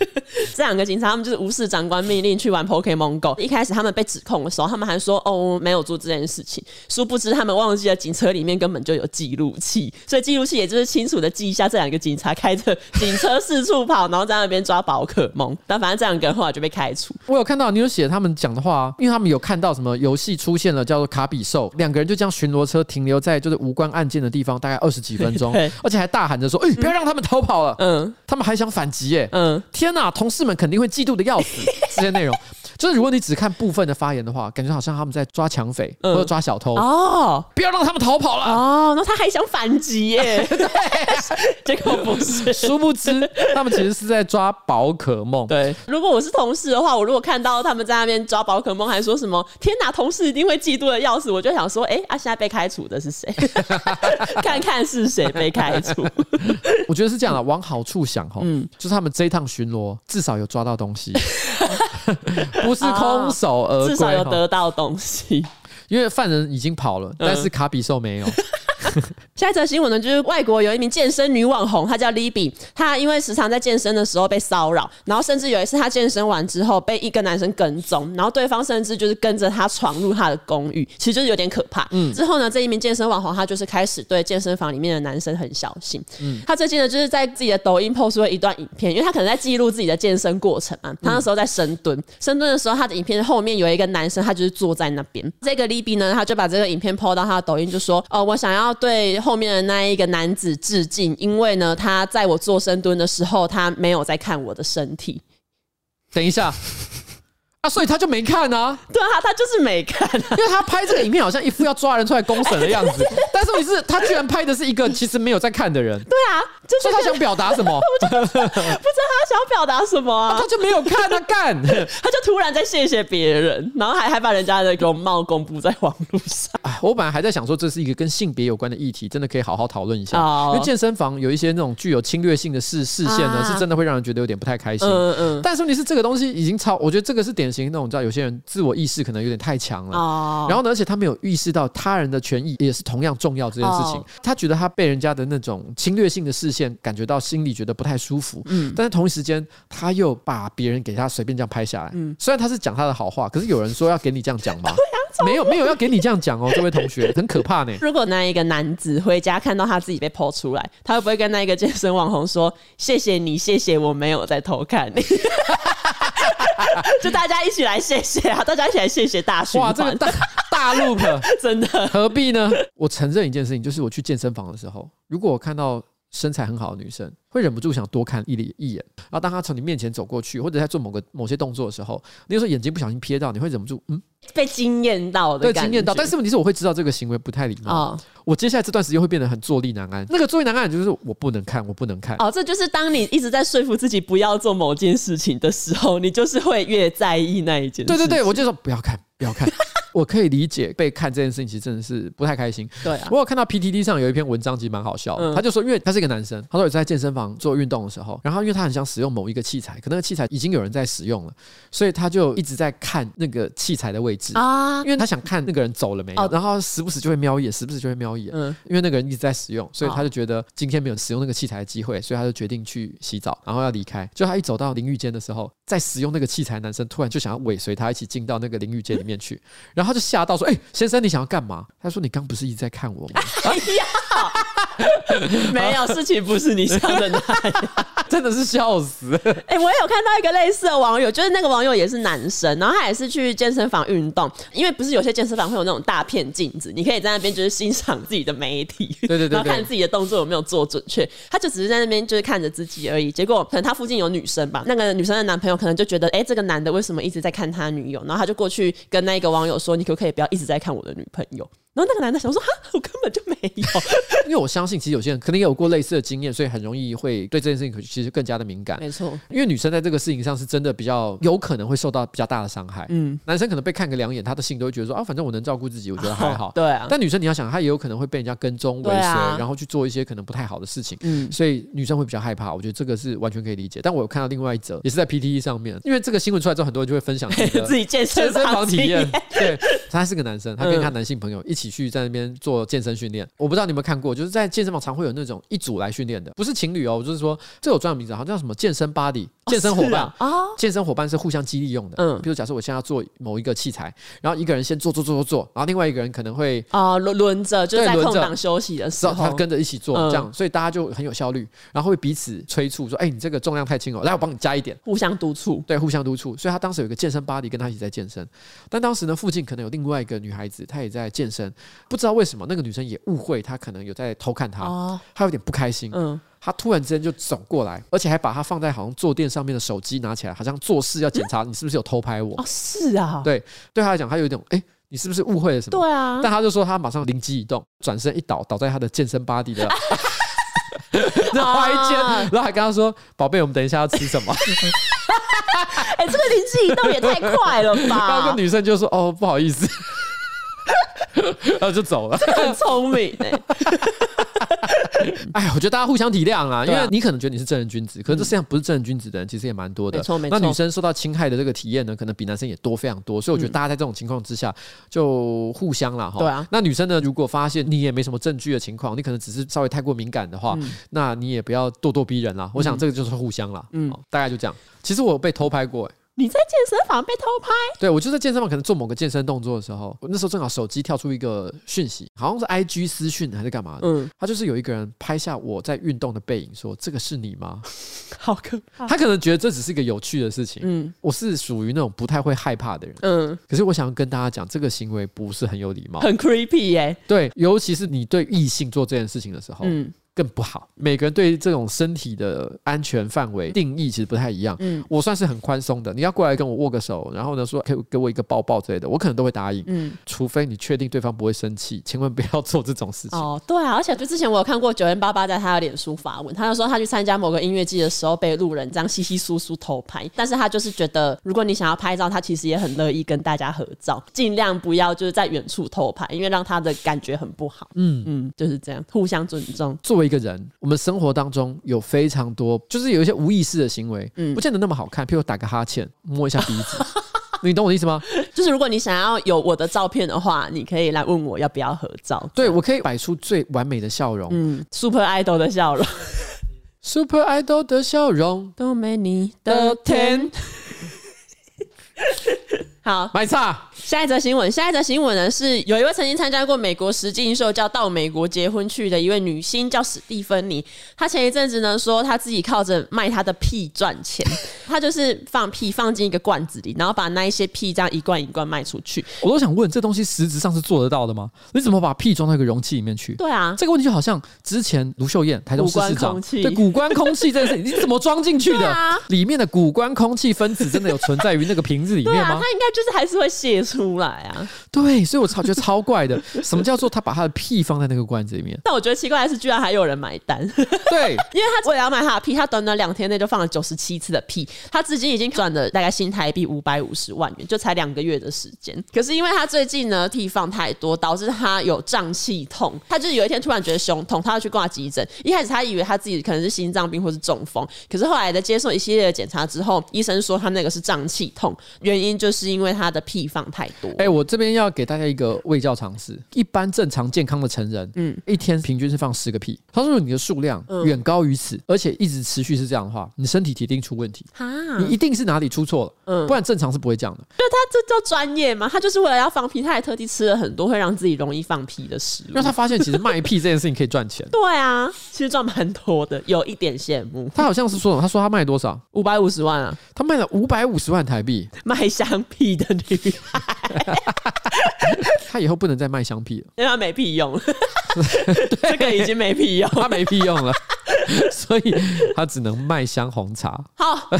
这两个警察他们就是无视长官命令去玩 Pokemon Go。一开始他们被指控的时候，他们还说哦没有做这件事情，殊不知他们忘记了警车里面根本就有记录器，所以记录器也就是清楚的记一下这两个警察开着警车四处跑，然后在那边抓宝可梦。但反正这两个人后来就被开除。我有看到你有写他们讲的话、啊，因为他们有看到什么游戏出现了叫做卡比兽，两个人就这样巡逻车停留在就是无关案件的地方，大概二十几分钟对，而且还大喊着说：“哎、不要让他们逃跑了！”嗯他们还想反击耶、嗯，天呐，同事们肯定会嫉妒的要 死。这些内容，就是如果你只看部分的发言的话，感觉好像他们在抓抢匪、嗯或者抓小偷，哦不要让他们逃跑了。哦，那他还想反击 耶？结果不是。殊不知， 他们其实是在抓宝可梦。对，如果我是同事的话，我如果看到他们在那边抓宝可梦，还说什么“天哪，同事一定会嫉妒的要死”，我就想说，哎、啊，现在被开除的是谁？ 看看是谁被开除。我觉得是这样的，往好处想哈，嗯就是他们这一趟巡逻至少有抓到东 西，不是空手而归。啊至少有齁得嗯到东西。因为犯人已经跑了，但是卡比兽没有。下一则新闻呢，就是外国有一名健身女网红，她叫 Libby，她因为时常在健身的时候被骚扰，然后甚至有一次她健身完之后被一个男生跟踪，然后对方甚至就是跟着她闯入她的公寓，其实就是有点可怕。之后呢，这一名健身网红她就是开始对健身房里面的男生很小心。她最近呢就是在自己的抖音 post 了一段影片，因为她可能在记录自己的健身过程嘛，她那时候在深蹲，深蹲的时候她的影片后面有一个男生，他就是坐在那边，这个 Libby 呢，他就把这个影片 PO 到他的抖音，就说：“哦，我想要对后面的那一个男子致敬，因为呢，他在我做深蹲的时候，他没有在看我的身体。等一下。啊，所以他就没看啊， 对啊，他就是没看啊。因为他拍这个影片好像一副要抓人出来公审的样 子，但是问题是，他居然拍的是一个其实没有在看的人，对啊，就所是 以他想表达什么？不知道他想要表达什么啊他，就没有看啊，干！他就突然在谢谢别人，然后还还把人家的容貌公布在网络上。哎我本来还在想说，这是一个跟性别有关的议题，真的可以好好讨论一下。哦因为健身房有一些那种具有侵略性的视视线呢，啊是真的会让人觉得有点不太开心。嗯嗯但是问题是，这个东西已经超，我觉得这个是典型那种，你知道有些人自我意识可能有点太强了。哦然后呢，而且他没有意识到他人的权益也是同样重要这件事情哦。他觉得他被人家的那种侵略性的视线感觉到心里觉得不太舒服。但是同一时间他又把别人给他随便这样拍下来。虽然他是讲他的好话，可是有人说要给你这样讲吗？没有没有要给你这样讲哦，这位同学很可怕呢。如果那一个男子回家看到他自己被剖出来，他会不会跟那一个健身网红说：“谢谢你，谢谢我没有在偷看 你。”就大家一起来谢谢啊！大家一起来谢谢大循哇，环，这个大大 loop 真的何必呢？ 我承认一件事情，就是我去健身房的时候，如果我看到身材很好的女生，会忍不住想多看一眼一眼。然后当她从你面前走过去，或者在做某个某些动作的时候，你有时候眼睛不小心瞥到，你会忍不住嗯，被惊艳到的对，感觉，惊艳到。但是问题是，我会知道这个行为不太礼貌。哦我接下来这段时间会变得很坐立难安。那个坐立难安就是我不能看，我不能看。哦，这就是当你一直在说服自己不要做某件事情的时候，你就是会越在意那一件事情。对对对，我就说不要看，不要看。 我可以理解被看这件事情，其实真的是不太开心。对啊我有看到 PTT 上有一篇文章，其实蛮好笑的。嗯他就说，因为他是一个男生，他说有在健身房做运动的时候，然后因为他很想使用某一个器材，可那个器材已经有人在使用了，所以他就一直在看那个器材的位置。啊因，为他想看那个人走了没有，哦然后时不时就会瞄一眼，时不时就会瞄一眼，嗯因为那个人一直在使用，所以哦他就觉得今天没有使用那个器材的机会，所以他就决定去洗澡，然后要离开。就他一走到淋浴间的时候，在使用那个器材，男生突然就想要尾随他一起进到那个淋浴间里面去，然后他就吓到说：“哎、先生，你想要干嘛？”他说：“你刚不是一直在看我吗 哎 呀，没有事情不是你想的那样。？”真的是笑死。哎、我也有看到一个类似的网友，就是那个网友也是男生，然后他也是去健身房运动，因为不是有些健身房会有那种大片镜子，你可以在那边就是欣赏自己的美体，对对对然后对看自己的动作有没有做准确。他就只是在那边就是看着自己而已，结果可能他附近有女生吧，那个女生的男朋友可能就觉得，哎、这个男的为什么一直在看他女友？然后他就过去跟那个网友说，你可不可以不要一直在看我的女朋友？然后那个男的想说，哈，我根本就没有，因为我相信，其实有些人可能也有过类似的经验，所以很容易会对这件事情其实更加的敏感。没错，因为女生在这个事情上是真的比较有可能会受到比较大的伤害。嗯，男生可能被看个两眼，他的心都会觉得说啊，反正我能照顾自己，我觉得还 好。对啊，但女生你要想，她也有可能会被人家跟踪、尾对随，啊然后去做一些可能不太好的事情。嗯，所以女生会比较害怕，我觉得这个是完全可以理解。但我有看到另外一则，也是在 PTE 上面，因为这个新 闻出来之后，很多人就会分享自己的自己健健身身房房体体验验。对，他是个男生，他跟他男性朋友一起去在那边做健身训练。我不知道你有没有看过，就是在健身房常会有那种一组来训练的，不是情侣哦，我就是说这有专有名字，好像叫什么健身 body 健身伙是伴。啊哦，健身伙伴是互相激励用的，嗯嗯，比如假设我现在要做某一个器材，然后一个人先做做做做做，然后另外一个人可能会哦，轮轮着就是对在轮空着档休息的时知道候他，跟着一起做，嗯这样，所以大家就很有效率，然后会彼此催促说：“哎、你这个重量太轻了，来我帮你加一点。”互相督促。对，互相督促。所以他当时有一个健身巴黎跟他一起在健身，但当时呢，附近可能有另外一个女孩子，她也在健身，不知道为什么那个女生也误会他可能有在偷看他，哦，她有点不开心，嗯，她突然之间就走过来，而且还把她放在好像坐垫上面的手机拿起来，好像做事要检查你是不是有偷拍我。哦，是啊，对对他来讲，他有一种哎、你是不是误会了什么？对啊，但他就说他马上灵机一动，转身一倒，倒在他的健身 body 的 花一间，啊然后还跟他说：“宝贝，我们等一下要吃什么哎，这个灵机一动也太快了？” 然后吧那，女生就说：“哦，不好意 思。”然后就走了。很聪明哎，哎，我觉得大家互相体谅啊，因对啊为你可能觉得你是正人君子，可是这世界上不是正人君子的人其实也蛮多的。没错没那错女生受到侵害的这个体验呢，可能比男生也多非常多，所以我觉得大家在这种情况之下就互相啦哈。对啊那女生呢，如果发现你也没什么证据的情况，你可能只是稍微太过敏感的话，那你也不要咄咄逼人啦。我想这个就是互相啦。嗯，大概就这样。其实我有被偷拍过、欸，你在健身房被偷拍，对，我就在健身房可能做某个健身动作的时候，我那时候正好手机跳出一个讯息，好像是 IG 私讯还是干嘛的，嗯，他就是有一个人拍下我在运动的背影，说这个是你吗？好可怕，他可能觉得这只是一个有趣的事情。啊嗯我是属于那种不太会害怕的人，嗯，可是我想要跟大家讲，这个行为不是很有礼貌。很 creepy 哎，对，尤其是你对异性做这件事情的时候，嗯更不好。每个人对这种身体的安全范围定义其实不太一样。嗯我算是很宽松的，你要过来跟我握个手，然后呢说可以给我一个抱抱之类的，我可能都会答应。嗯，除非你确定对方不会生气，千万不要做这种事情。哦，对啊，而且就之前我有看过九零八八在他的脸书发文，他就说他去参加某个音乐季的时候被路人这样稀稀疏疏偷拍，但是他就是觉得如果你想要拍照，他其实也很乐意跟大家合照，尽量不要就是在远处偷拍，因为让他的感觉很不好。嗯嗯，就是这样，互相尊重。作为一个人，我们生活当中有非常多，就是有一些无意识的行为，嗯不见得那么好看。譬如打个哈欠，摸一下鼻 子，你懂我的意思吗？就是如果你想要有我的照片的话，你可以来问我要不要合照。对我可以摆出最完美的笑容、嗯，Super Idol 的笑容， s u p e r Idol 的笑容。都没你的甜。好，买差，下一则新闻，下一则新闻呢是有一位曾经参加过美国实境秀叫《到美国结婚去》的一位女星叫史蒂芬妮，她前一阵子呢说她自己靠着卖她的屁赚钱， 她就是放屁放进一个罐子里，然后把那一些屁这样一罐一罐卖出去。我都想问，这东西实质上是做得到的吗？你怎么把屁装到一个容器里面去？对啊，这个问题就好像之前卢秀燕台中市市古关长空气对古关空气这件事情，你怎么装进去 对的？啊里面的古关空气分子真的有存在于那个瓶子里对面啊，吗她？应该就是还是会泄出来啊。对，所以我超觉得超怪的。什么叫做他把他的屁放在那个罐子里面？但我觉得奇怪的是，居然还有人买单。 对，因为他为了要买他的屁，他短短两天内就放了九十七次的屁，他至今已经赚了大概新台币五百五十万元，就才两个月的时间。可是因为他最近呢屁放太多，导致他有胀气痛，他就是有一天突然觉得胸痛，他要去挂急诊。一开始他以为他自己可能是心脏病或是中风，可是后来的接受一系列的检查之后，医生说他那个是胀气痛，原因就是因为他的屁放太多。哎、我这边要给大家一个卫教常识：一般正常健康的成人，嗯，一天平均是放十个屁。他说，如果你的数量嗯远高于此，而且一直持续是这样的话，你身体铁定出问题，哈，你一定是哪里出错了，不然正常是不会这样的。对他这叫专业吗？他就是为了要放屁，他还特地吃了很多会让自己容易放屁的食因物。为。他发现其实卖屁这件事情可以赚钱对啊，其实赚蛮多的，有一点羡慕。他好像是说，他说他卖多少？五百五十万啊，他卖了五百五十万台币，卖香屁的女 人，他以后不能再卖香屁 了，因为她没屁用，这个已经没屁用。他没屁用了， 所以他只能卖香红茶。好， 又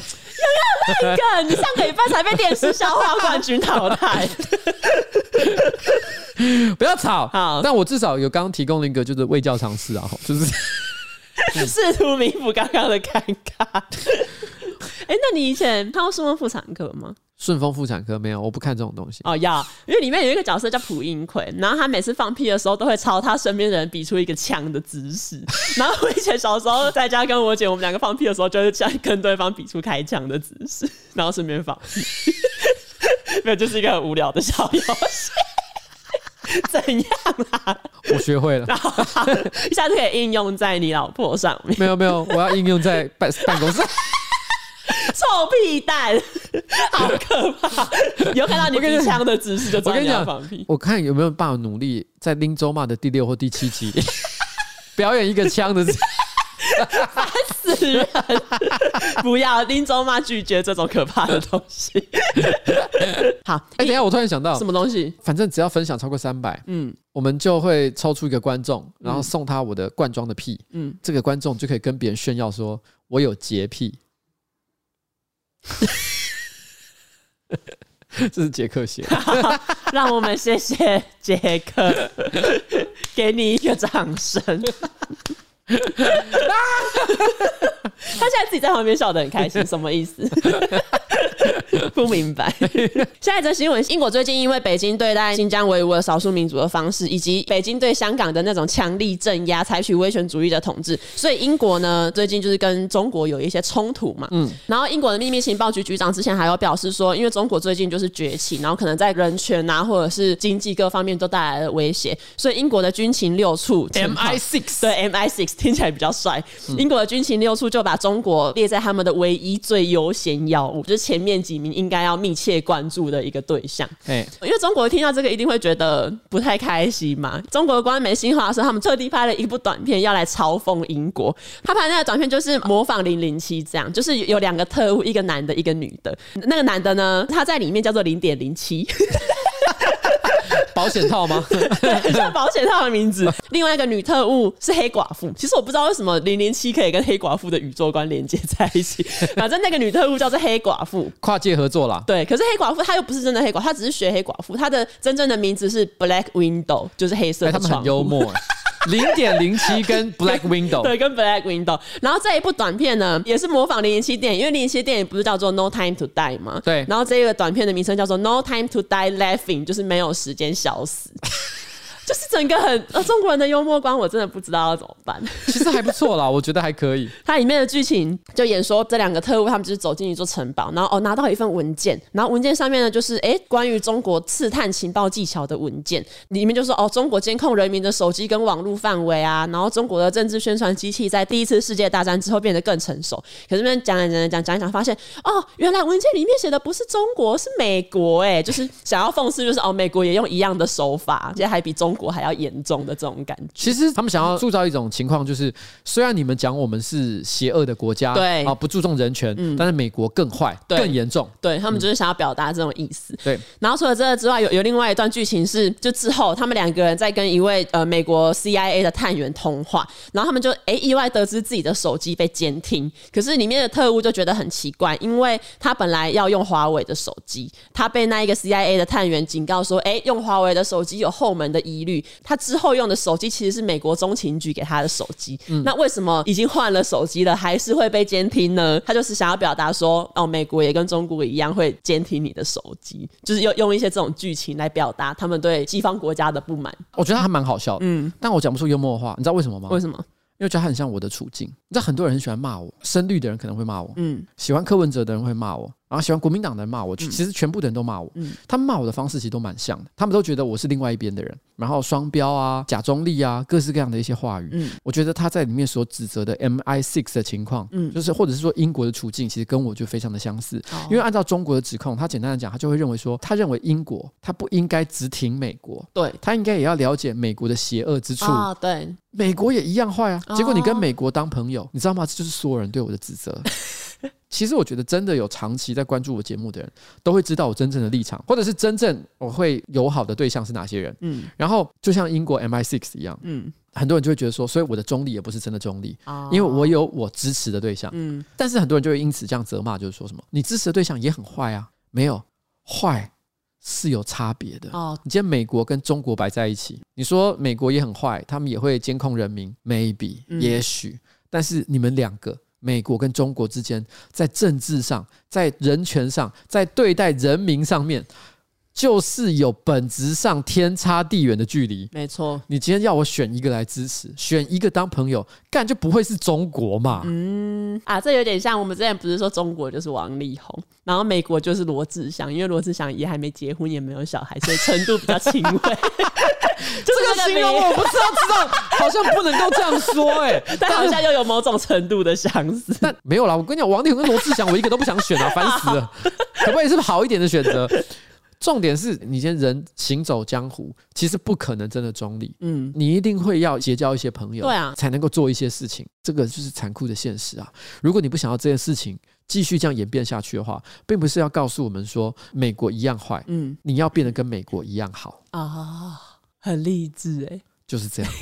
要那个，你上个礼拜才被电视笑话冠军淘 汰。不要吵。好但我至少有刚刚提供了一个就是卫教常识啊，就是试图弥补刚刚的尴尬。 哎、那你以前看过《顺风妇产科》吗？顺丰妇产科没有，我不看这种东西。哦，要，因为里面有一个角色叫蒲英奎，然后他每次放屁的时候都会朝他身边的人比出一个枪的姿势。然后我以前小时候在家跟我姐，我们两个放屁的时候，就是这样跟对方比出开枪的姿势， 然后顺便放屁。没有，就是一个很无聊的小游戏。 怎样啊？我学会了，下次可以应用在你老婆上面。没有没有，我要应用在办办公室。臭屁蛋， 好可怕！有看到你鼻腔的姿势就知道我跟你你要讲放屁，。我看有没有办法努力在拎周骂的第六或第七集表演一个枪的。哎死人！ 不要，林州妈拒绝这种可怕的东西。 好，哎、等一下，我突然想到什，么东西？反正只要分享超过三百，嗯，我们就会抽出一个观众，然后送他我的罐装的屁。嗯嗯，这个观众就可以跟别人炫耀说我有洁癖。 这是杰克鞋，让我们谢谢杰克，给你一个掌声。 他现在自己在旁边笑得很开心，什么意思？不明白。下一则新闻，英国最近因为北京对待新疆维吾尔少数民族的方式，以及北京对香港的那种强力镇压，采取威权主义的统治，所以英国呢最近就是跟中国有一些冲突嘛。嗯，然后英国的秘密情报局局长之前还有表示说，因为中国最近就是崛起，然后可能在人权啊或者是经济各方面都带来了威胁，所以英国的军情六处 MI six 对 MI six 听起来比较帅。英国的军情六处就把中国列在他们的唯一最优先药物，就是前面几名应该要密切关注的一个对象。哎，因为中国听到这个一定会觉得不太开心嘛。中国官媒新华社他们特地拍了一部短片要来嘲讽英国，他拍那个短片就是模仿零零七这样，就是有两个特务，一个男的，一个女的。那个男的呢，他在里面叫做零点零七。保险套吗？ 很像保险套的名字。另外一个女特务是黑寡妇，其实我不知道为什么零零七可以跟黑寡妇的宇宙观连接在一 起。反正那个女特务叫做黑寡妇，跨界合作啦，对。可是黑寡妇她又不是真的黑寡，她只是学黑寡妇，她的真正的名字是 Black Window，就是黑色哎、的他们窗很户。幽默、零点零七跟 Black Window，对，跟 Black Window。然后这一部短片呢，也是模仿零零七电影，因为零零七电影不是叫做 No Time to Die 吗？对然后这个短片的名称叫做 No Time to Die Laughing，就是没有时间笑 死。就是整个很、呃、中国人的幽默观，我真的不知道要怎么办。其实还不错啦，我觉得还可以。它里面的剧情就演说这两个特务他们就是走进一座城堡，然后哦拿到一份文件，然后文件上面呢就是诶关于中国刺探情报技巧的文件，里面就说哦中国监控人民的手机跟网络范围啊，然后中国的政治宣传机器在第一次世界大战之后变得更成熟。可是那边讲讲讲讲讲一讲，发现哦原来文件里面写的不是中国是美国诶，就是想要讽刺就是哦美国也用一样的手法，而且还比中国还要严重的这种感觉。其实他们想要塑造一种情况，就是虽然你们讲我们是邪恶的国家，对啊，不注重人权，但是美国更坏、对更严重，对他们就是想要表达这种意思。对，然后除了这个之外，有有另外一段剧情是，就之后他们两个人在跟一位呃美国 CIA 的探员通话，然后他们就诶意外得知自己的手机被监听，可是里面的特务就觉得很奇怪，因为他本来要用华为的手机，他被那一个 CIA 的探员警告说，诶用华为的手机有后门的疑虑，他之后用的手机其实是美国中情局给他的手机，嗯那为什么已经换了手机了，还是会被监听呢？他就是想要表达说，哦，美国也跟中国一样会监听你的手机，就是用用一些这种剧情来表达他们对西方国家的不满。我觉得他还蛮好笑的，嗯，但我讲不出幽默的话，你知道为什么吗？为什么？因为觉得他很像我的处境。你知道很多人很喜欢骂我，深绿的人可能会骂我，嗯喜欢柯文哲的人会骂我，然后喜欢国民党的人骂我，其实全部的人都骂我。他们骂我的方式其实都蛮像的，他们都觉得我是另外一边的人，然后双标啊、假中立啊，各式各样的一些话语。我觉得他在里面所指责的 MI six 的情况，就是或者是说英国的处境，其实跟我就非常的相哦似。因为按照中国的指控，他简单的讲，他就会认为说，他认为英国他不应该只挺美国。对他应该也要了解美国的邪恶之处，啊、对，美国也一样坏啊！哦结果你跟美国当朋友，你知道吗？这就是所有人对我的 指责。其实我觉得，真的有长期在关注我节目的人，都会知道我真正的立场，或者是真正我会友好的对象是哪些人。嗯然后，就像英国 MI6 一样，嗯很多人就会觉得说，所以我的中立也不是真的中立，啊因为我有我支持的对象。嗯但是很多人就会因此这样责骂，就是说什么你支持的对象也很坏啊？没有，坏是有差别的。哦你今天美国跟中国摆在一起，你说美国也很坏，他们也会监控人民，maybe、嗯也许，但是你们两个。美国跟中国之间，在政治上、在人权上、在对待人民上面，就是有本质上天差地远的距离。没错，你今天要我选一个来支持，选一个当朋友，干就不会是中国嘛？啊，这有点像我们之前不是说中国就是王力宏，然后美国就是罗志祥，因为罗志祥也还没结婚，也没有小孩，所以程度比较轻微。 就是这个形容比我不知道，知道好像不能够这样说哎、 但好像又有某种程度的相似。 但没有啦，我跟你讲，王力宏跟罗志祥，我一个都不想选 啊，烦死了。可不可以是好一点的选择？重点是你今天人行走江湖，其实不可能真的中立，嗯嗯，你一定会要结交一些朋友，对啊才能够做一些事情，这个就是残酷的现实啊。如果你不想要这件事情继续这样演变下去的话，并不是要告诉我们说美国一样坏，嗯你要变得跟美国一样好，啊、很励志哎、就 是这样。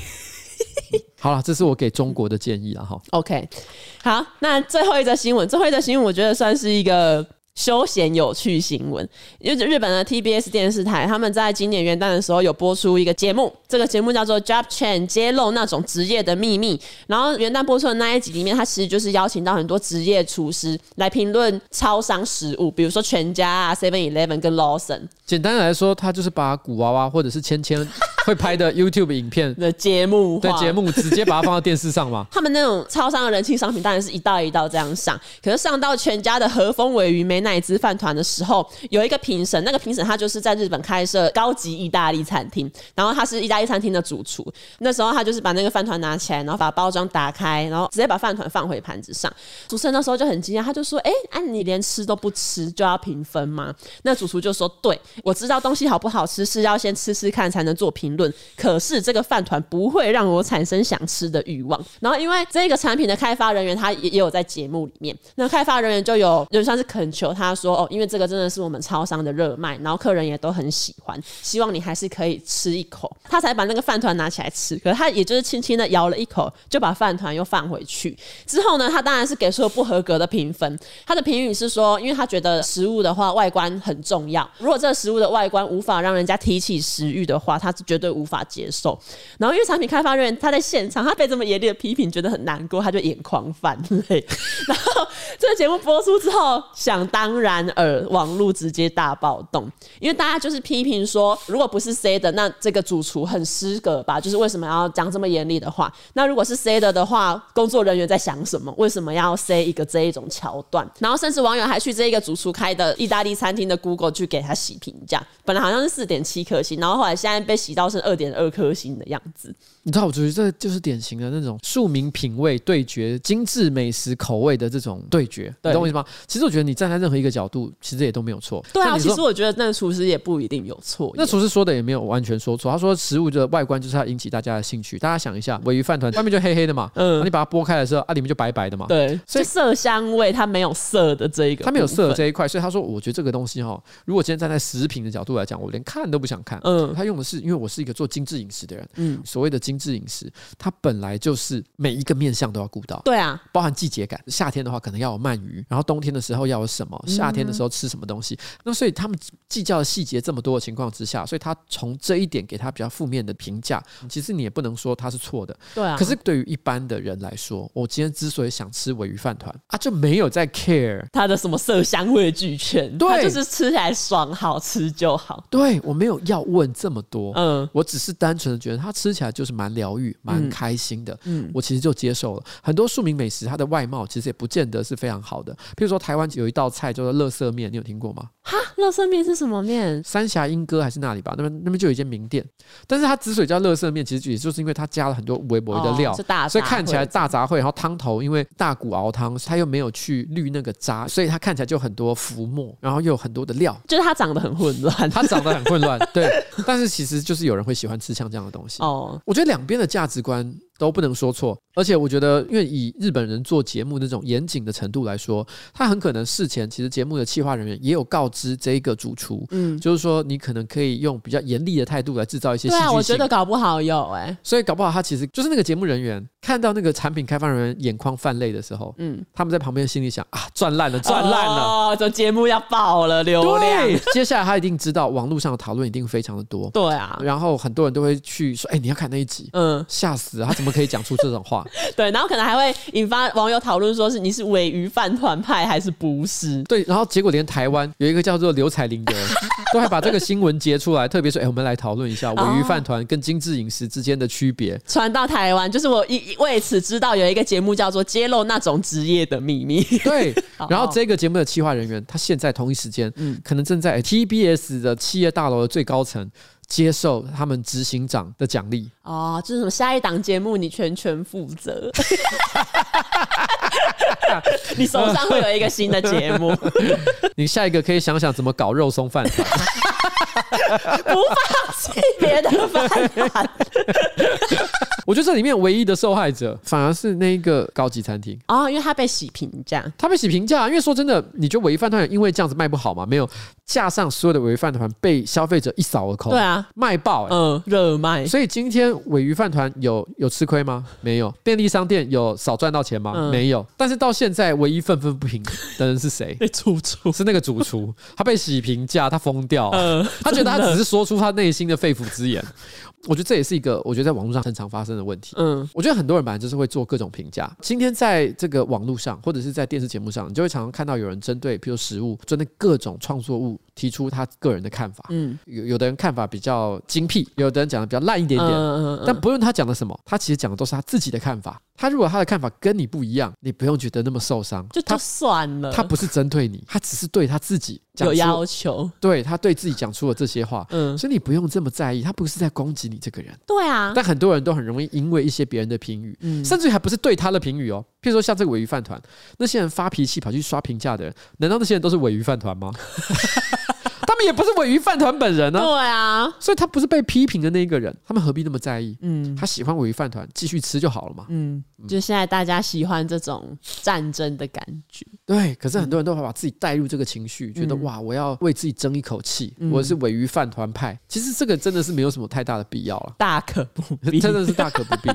好了，这是我给中国的建议了哈。 OK，好，那最后一则新闻，最后一则新闻，我觉得算是一个休闲有趣新闻，因为日本的 TBS 电视台他们在今年元旦的时候有播出一个节目，这个节目叫做 Job Chain，揭露那种职业的秘密。然后元旦播出的那一集里面，它其实就是邀请到很多职业厨师来评论超商食物，比如说全家啊、Seven Eleven 跟 Lawson 简单来说，他就是把古娃娃或者是芊芊会 拍的 YouTube 影片的节目的化。节目，直接把它放到电视上嘛他们那种超商的人气商品当然是一道一道这样上，可是上到全家的和风尾鱼美乃滋饭团的时候，有一个评审，那个评审他就是在日本开设高级意大利餐厅，然后他是意大利餐厅的主厨，那时候他就是把那个饭团拿起来，然后把包装打开，然后直接把饭团放回盘子上。主持人那时候就很惊讶，他就说：“哎、啊你连吃都不吃就要评分吗？”那主厨就说：“对，我知道东西好不好吃是要先吃吃看才能做评论，可是这个饭团不会让我产生想吃的欲望。”然后因为这个产品的开发人员他也也有在节目里面，那开发人员就有就像是恳求他说：“哦，因为这个真的是我们超商的热卖，然后客人也都很喜欢，希望你还是可以吃一口。”他才把那个饭团拿起来吃，可是他也就是轻轻的咬了一口，就把饭团又放回去。之后呢，他当然是给出了不合格的评分。他的评语是说，因为他觉得食物的话，外观很重要。如果这个食物的外观无法让人家提起食欲的话，他是绝对无法接受。然后，因为产品开发人员他在现场，他被这么严厉的批评，觉得很难过，他就眼眶泛泪。然后这个节目播出之后，想当然尔，网络直接大暴动，因为大家就是批评说，如果不是 C 的，那这个主厨很失格吧？就是为什么要讲这么严厉的话？那如果是 C 的的话，工作人员在想什么？为什么要 C 一个这一种桥段？然后甚至网友还去这一个主厨开的意大利餐厅的 Google 去给他洗评价，本来好像是四点七颗星，然后后来现在被洗到是二点二颗星的样子。你知道，我觉得这就是典型的那种庶民品味对决、精致美食口味的这种对决，你对懂我意思吗？其实我觉得你站在任何一个角度，其实也都没有错。对啊，那你其说实我觉得那个厨师也不一定有错耶。那厨师说的也没有完全说错，他说食物的外观就是要引起大家的兴趣。大家想一下，尾鱼饭团外面就黑黑的嘛，嗯嗯，你把它剥开的时候，啊，里面就白白的嘛，对，所所以以色香味它没有色的这一个，他没有色的。这一块，所以他说，我觉得这个东西哈，如果今天站在食品的角度来讲，我连看都不想看。嗯嗯，他用的是，因为我是一个做精致饮食的人，嗯嗯，所谓的精致饮食，它本来就是每一个面向都要顾到。对啊，包含季节感，夏天的话可能要有鳗鱼，然后冬天的时候要有什么，夏天的嗯时候吃什么东西。那所以他们计较的细节这么多的情况之下，所以他从这一点给他比较负面的评价，其实你也不能说他是错的。对啊。可是对于一般的人来说，我今天之所以想吃尾鱼饭团啊，就没有在 care，它的什么色香味俱全，对它就是吃起来爽，好吃就好。对我没有要问这么多，嗯，我只是单纯的觉得它吃起来就是蛮疗愈、蛮开心的，嗯我其实就接受了。很多庶民美食，它的外貌其实也不见得是非常好的。譬如说，台湾有一道菜叫做乐色面，你有听过吗？哈，乐色啊面是什么面？三峡莺歌还是哪里吧？那边那边就有一间名店，但是它之所以叫乐色面，其实也就是因为它加了很多微博的料。哦是大杂烩所以看起来大杂烩，然后汤头因为大骨熬汤，它又没有去滤那个渣，所以它看起来就很多浮沫，然后又有很多的料，就是它长得很混乱。它长得很混乱，对。但是其实就是有人会喜欢吃像这样的东西。哦，我觉得两边的价值观都不能说错，而且我觉得，因为以日本人做节目那种严谨的程度来说，他很可能事前其实节目的企划人员也有告知这一个主厨，嗯，就是说你可能可以用比较严厉的态度来制造一些戏对剧性。啊，我觉得搞不好有哎、所以搞不好他其实就是那个节目人员看到那个产品开发人员眼眶泛泪的时候，嗯嗯，他们在旁边心里想啊，赚烂了，赚烂了，哦，这节目要爆了流量。对，接下来他一定知道网络上的讨论一定非常的多，对啊，然后很多人都会去说，哎、你要看那一集，嗯，吓死了！他怎怎么可以讲出这种话？ 对，然后可能还会引发网友讨论，说是你是尾鱼饭团派还是不是？对，然后结果连台湾有一个叫做刘彩玲的， 都还把这个新闻截出来，特别说，哎、我们来讨论一下尾鱼饭团跟精致饮食之间的区别。 传到台湾，就是我一为此知道有一个节目叫做《揭露那种职业的秘密》，对，好然后这个节目的企划人员，他现在同一时间，可能正在 TBS 的企业大楼的最高层接受他们执行长的奖励。 哦，就是什么下一档节目你全权负 责，你手上会有一个新的节 目，你下一个可以想想怎么搞肉松饭团。不放弃别的饭 团。我觉得这里面唯一的受害者，反而是那一个高级餐厅。哦，因为他被洗屏这样。他被洗评价，因为说真的，你觉得尾鱼饭团有因为这样子卖不好吗？没有，架上所有的尾鱼饭团被消费者一扫而空，对啊，卖爆、欸。嗯，热卖。所以今天尾鱼饭团有有吃亏吗？没有。便利商店有少赚到钱吗？嗯没有。但是到现在，唯一愤愤不平的人 是谁？被出出，是那个主厨，他被洗评价，他疯掉、嗯他觉得他只是说出他内心的肺腑之言。我觉得这也是一个我觉得在网络上很常发生的问题。嗯，我觉得很多人本来就是会做各种评价。今天在这个网络上，或者是在电视节目上，你就会常常看到有人针对，譬如食物，针对各种创作物提出他个人的看法。嗯嗯，有有的人看法比较精辟，有的人讲的比较烂一点点。嗯嗯嗯但不论他讲的什么，他其实讲的都是他自己的看法。他如果他的看法跟你不一样，你不用觉得那么受伤。就他就算了，他不是针对你，他只是对他自己讲有出要求。对他对自己讲出了这些话，嗯，所以你不用这么在意，他不是在攻击你这个人。对啊，但很多人都很容易因为一些别人的评语，嗯甚至还不是对他的评语哦。譬如说像这个尾鱼饭团，那些人发脾气跑去刷评价的人，难道那些人都是尾鱼饭 团吗？他们也不是尾鱼饭团本人呢、对啊，所以他不是被批评的那一个人，他们何必那么在意？嗯他喜欢尾鱼饭团，继续吃就好了嘛。嗯，就现在大家喜欢这种战争的感觉，对，可是很多人都会把自己带入这个情嗯绪，觉得哇，我要为自己争一口气，我是尾鱼饭团派。其实这个真的是没有什么太大的必要了。大可不必。 真的是大可不 必。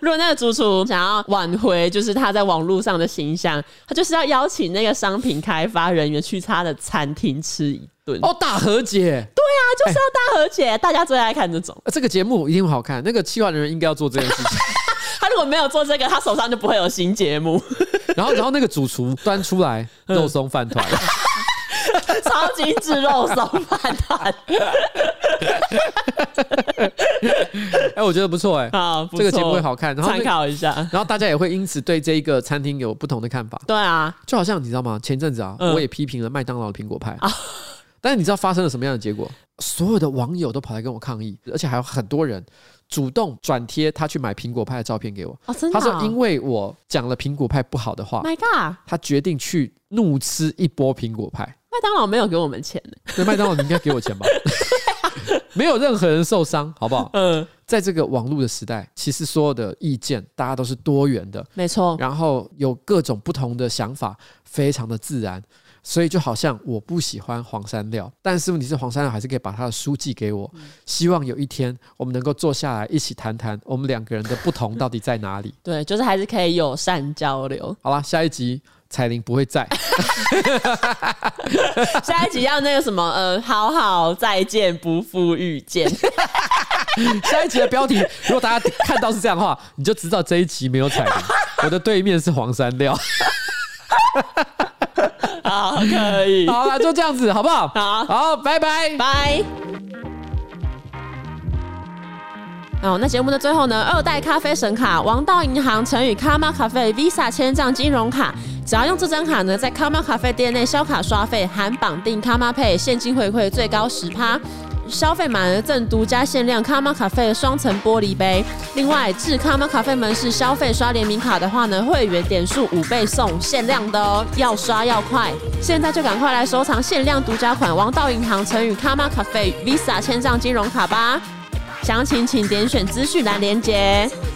如果那个主厨想要挽回，就是他在网络上的形象，他就是要邀请那个商品开发人员去他的餐厅吃一顿。哦，哦，哎大和解，对，他就是要大和解，大家最爱看这种。这个节目一定好看。那个企划人员应该要做这件事情。他如果没有做这个，他手上就不会有新节目， 然后，然后那个主厨端出来嗯肉松饭团，超精致肉松饭团。哎，我觉得不错哎，好，不错这个节目会 好看。然后那参，考一下。然后大家也会因此对这一个餐厅有不同的看法。对啊，就好像你知道吗？前阵子啊，嗯啊我也批评了麦当劳的苹果派。但是你知道发生了什么样的结果？所有的网友都跑来跟我抗议，而且还有很多人主动转贴他去买苹果派的照片给我。哦，真的、他哦。说，因为我讲了苹果派不好的话， My God，他决定去怒吃一波苹果派。麦当劳没有给我们钱呢。那麦当劳，你应该给我钱吧？ 没有任何人受伤，好不好？嗯，在这个网络的时代，其实所有的意见大家都是多元的，没错。然后有各种不同的想法，非常的自然。所以就好像我不喜欢黄山料，但是问题是黄山料还是可以把他的书寄给我。希望有一天我们能够坐下来一起谈谈我们两个人的不同到底在哪里。对，就是还是可以友善交流。好啦，下一集彩玲不会在，下一集要那个什么，呃，好好再见，不负遇见。 下一集的标题，如果大家看到是这样的话，你就知道这一集没有彩铃。我的对面是黄山料。好，可以，好啦，就这样子，好不好？好好，拜拜。拜。哦，那节目的最后呢，二代咖啡神卡、王道银行、成宇卡玛咖啡、Visa 千账金融卡，只要用这张卡呢，在卡玛咖啡店内销卡刷费，含绑定卡玛 Pay 现金回馈最高十趴。消费满额赠独家限量卡玛咖啡的双层玻璃杯。另外，至卡玛咖啡门市消费刷联名卡的话呢，会员点数五倍送，限量的哦，要刷要快！现在就赶快来收藏限量独家款王道银行、成宇卡玛咖啡、Visa 千账金融卡吧。详情请点选资讯栏连接。 Thank you